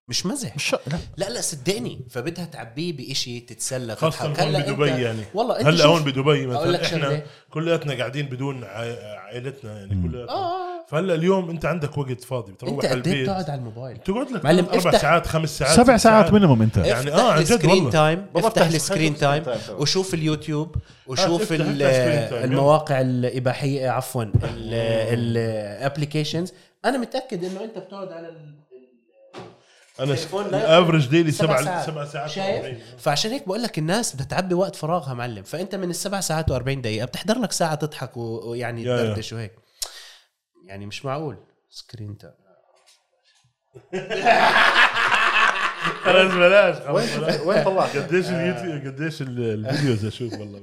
مش مزح مش لا لا لا صدقني فبدها تعبيه بإشي تتسلى خاصة تضحك. هون هلا بدبي أنت- يعني والله انت هلا شوف- هون بدبي أقول لك مثلا احنا شغلة. كلياتنا قاعدين بدون عا- عائلتنا يعني كلياتنا آه، فهلا اليوم انت عندك وقت فاضي انت بتروح على قد ايه البيت بتقعد على الموبايل تقعد لك معلم، اربع افتح- ساعات خمس ساعات سبع ست ساعات مينيموم انت يعني افتح آه، عن جد السكرين والله. تايم بفتح افتح السكرين السكرين تايم تايم تايم. وشوف اليوتيوب افتح- وشوف افتح ال- السكرين تايم. المواقع آه، الاباحيه عفوا الابلكيشنز انا متاكد انه انت بتقعد على ال- انا تليفون لا الافرج ديلي سبع سبع ساعات. سبع ساعات شايف وأربعين. فعشان هيك بقول لك الناس بدها تعبي وقت فراغها معلم فانت من السبع ساعات و40 دقيقه بتحضر لك ساعه تضحك و- ويعني يا- يا. تدردش وهيك يعني مش معقول سكرين تايم خلاص بلاش خلاص بلاش وين طلعت؟ آه. قديش اليوتيوب قديش ال- الفيديوز اشوف والله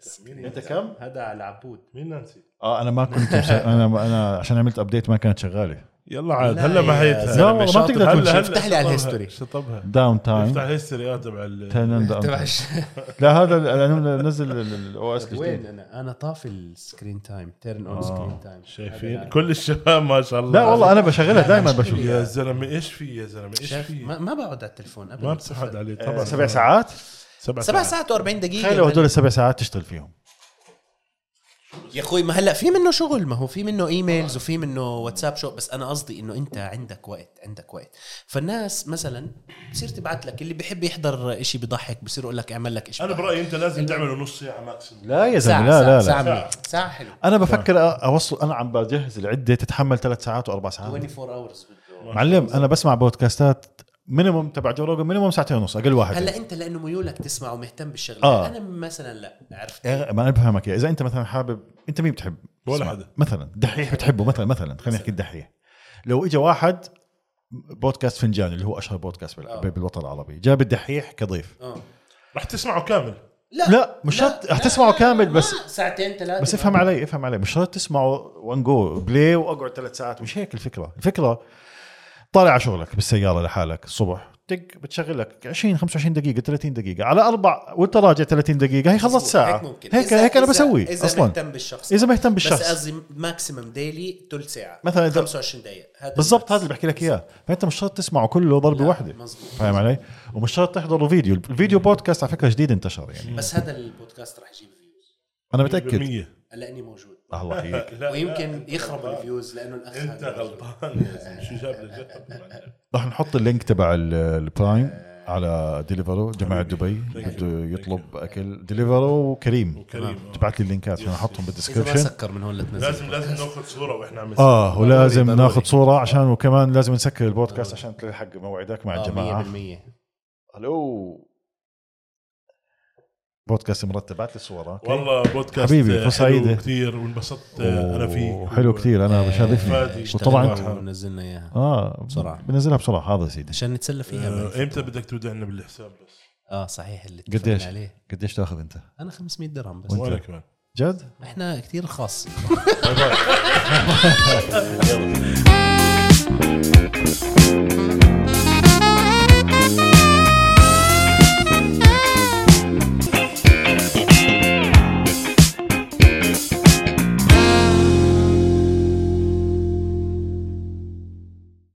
سكرين أنت تايم. كم؟ آه، هذا على العبود مين نانسي؟ اه انا ما كنت <laughs> مش... انا انا عشان عملت ابديت ما كانت شغاله يلا عاد لا هلا ما يا هيتها زلمة، لا والله ما شاطر. بتقدر تقول شيء. افتح لي على شطبها- الهيستوري شطبها داون افتح تايم هيستوري اه تبع ال- تبع تنن- لا هذا ال- انا نزل الاو اس طيب، وين الجديد انا انا طافي السكرين تايم تيرن آه، اون سكرين تايم شايفين كل الشباب ما شاء الله لا والله انا بشغلها دائما يا بشوف زلمه ايش في يا زلمه ايش شايف في ما, ما بقعد على التلفون ابدا ما بتسحب عليه طبعا أه، سبع ساعات سبع سبع ساعات ساعات و40 دقيقة تخيلوا هدول السبع ساعات تشتغل فيهم يا اخوي ما هلا في منه شغل ما هو في منه ايميلز وفي منه واتساب شو بس انا قصدي انه انت عندك وقت عندك وقت فالناس مثلا بصير تبعت لك اللي بيحب يحضر إشي بضحك بصير يقول لك اعمل لك إشي انا بضحك. برايي انت لازم تعمله نص ساعه ماكسيموم لا يا ساعة زلمه لا آه. لا ساعة, لا ساعة, ساعة حلوة انا بفكر اوصل انا عم بجهز العده تتحمل ثلاث ساعات واربع ساعات 24 اورز بده معلم انا بسمع بودكاستات مينيموم تبع جو روجن مينيموم ساعتين ونص اقل واحد هلا انت لانه ميولك تسمع ومهتم بالشغله آه. آه. انا مثلا لا عرفت إيه، ما انا بفهمك يا اذا انت مثلا حابب انت مين بتحب؟ ولا اسمع، حدا. مثلا دحيح بتحبه مثلا مثلا خلينا نحكي الدحيح لو اجى واحد بودكاست فنجان اللي هو اشهر بودكاست بال- آه. بالوطن العربي جاب الدحيح كضيف اه رح تسمعه كامل لا مش شرط رح تسمعه كامل ما، بس ساعتين ثلاثة بس افهم علي افهم علي مش شرط تسمعه وان جو بلاي واقعد ثلاث ساعات مش هيك الفكره الفكره طالع على شغلك بالسياره لحالك الصبح تك بتشغل لك 20 25 دقيقه 30 دقيقه على اربع وانت راجع 30 دقيقه هي خلصت ساعه هيك ممكن هيك إذا- هيك انا إذا- بسوي اذا اصلا مهتم بالشخص اذا مهتم بالشخص بس بالشخص قصدي ماكسيمم ديلي ثلث ساعة مثلاً إذا- 25 دقيقة هذا بالضبط الماكس. هذا اللي بحكي لك اياه فانت مش شرط تسمعه كله ضربه لا، واحده مزبوط. فاهم علي ومش شرط تحضره فيديو الفيديو بودكاست على فكره جديد انتشر يعني بس هذا البودكاست رح يجيب فيوز انا متاكد 100% لاني موجود الله يحييك لا، ويمكن يخرب الفيوز لانه الاخ انت هذا غلطان يا زلمه شو جاب لك راح نحط اللينك تبع ال- البرايم على ديليفرو جماعه دبي بده يطلب اكل ديليفرو وكريم وكريم، آه. تبعت لي اللينكات عشان احطهم اذا ما بالدسكربشن سكر من هون لتنزل لازم لازم ناخذ صوره واحنا عم اه ولازم ضروري. ناخذ صوره عشان وكمان لازم نسكر البودكاست عشان تلحق موعدك آه، مع الجماعه الجماعة 100% الو بودكاست مرتب بعت لي الصوره أوكي؟ والله بودكاست حبيبي، حلو سعيد. كثير وانبسطت آه، انا فيه حلو كثير انا بشرفني فادي. وطبعاً اشتغلنا ونزلنا اياها اه بسرعة. بنزلها بسرعه هذا يا سيدي عشان نتسلى فيها آه، بالفترة. امتى بدك تودعنا بالحساب بس اه صحيح اللي اتفقنا قديش عليه قديش تاخذ انت انا 500 درهم بس وانا كمان جد احنا كثير خاص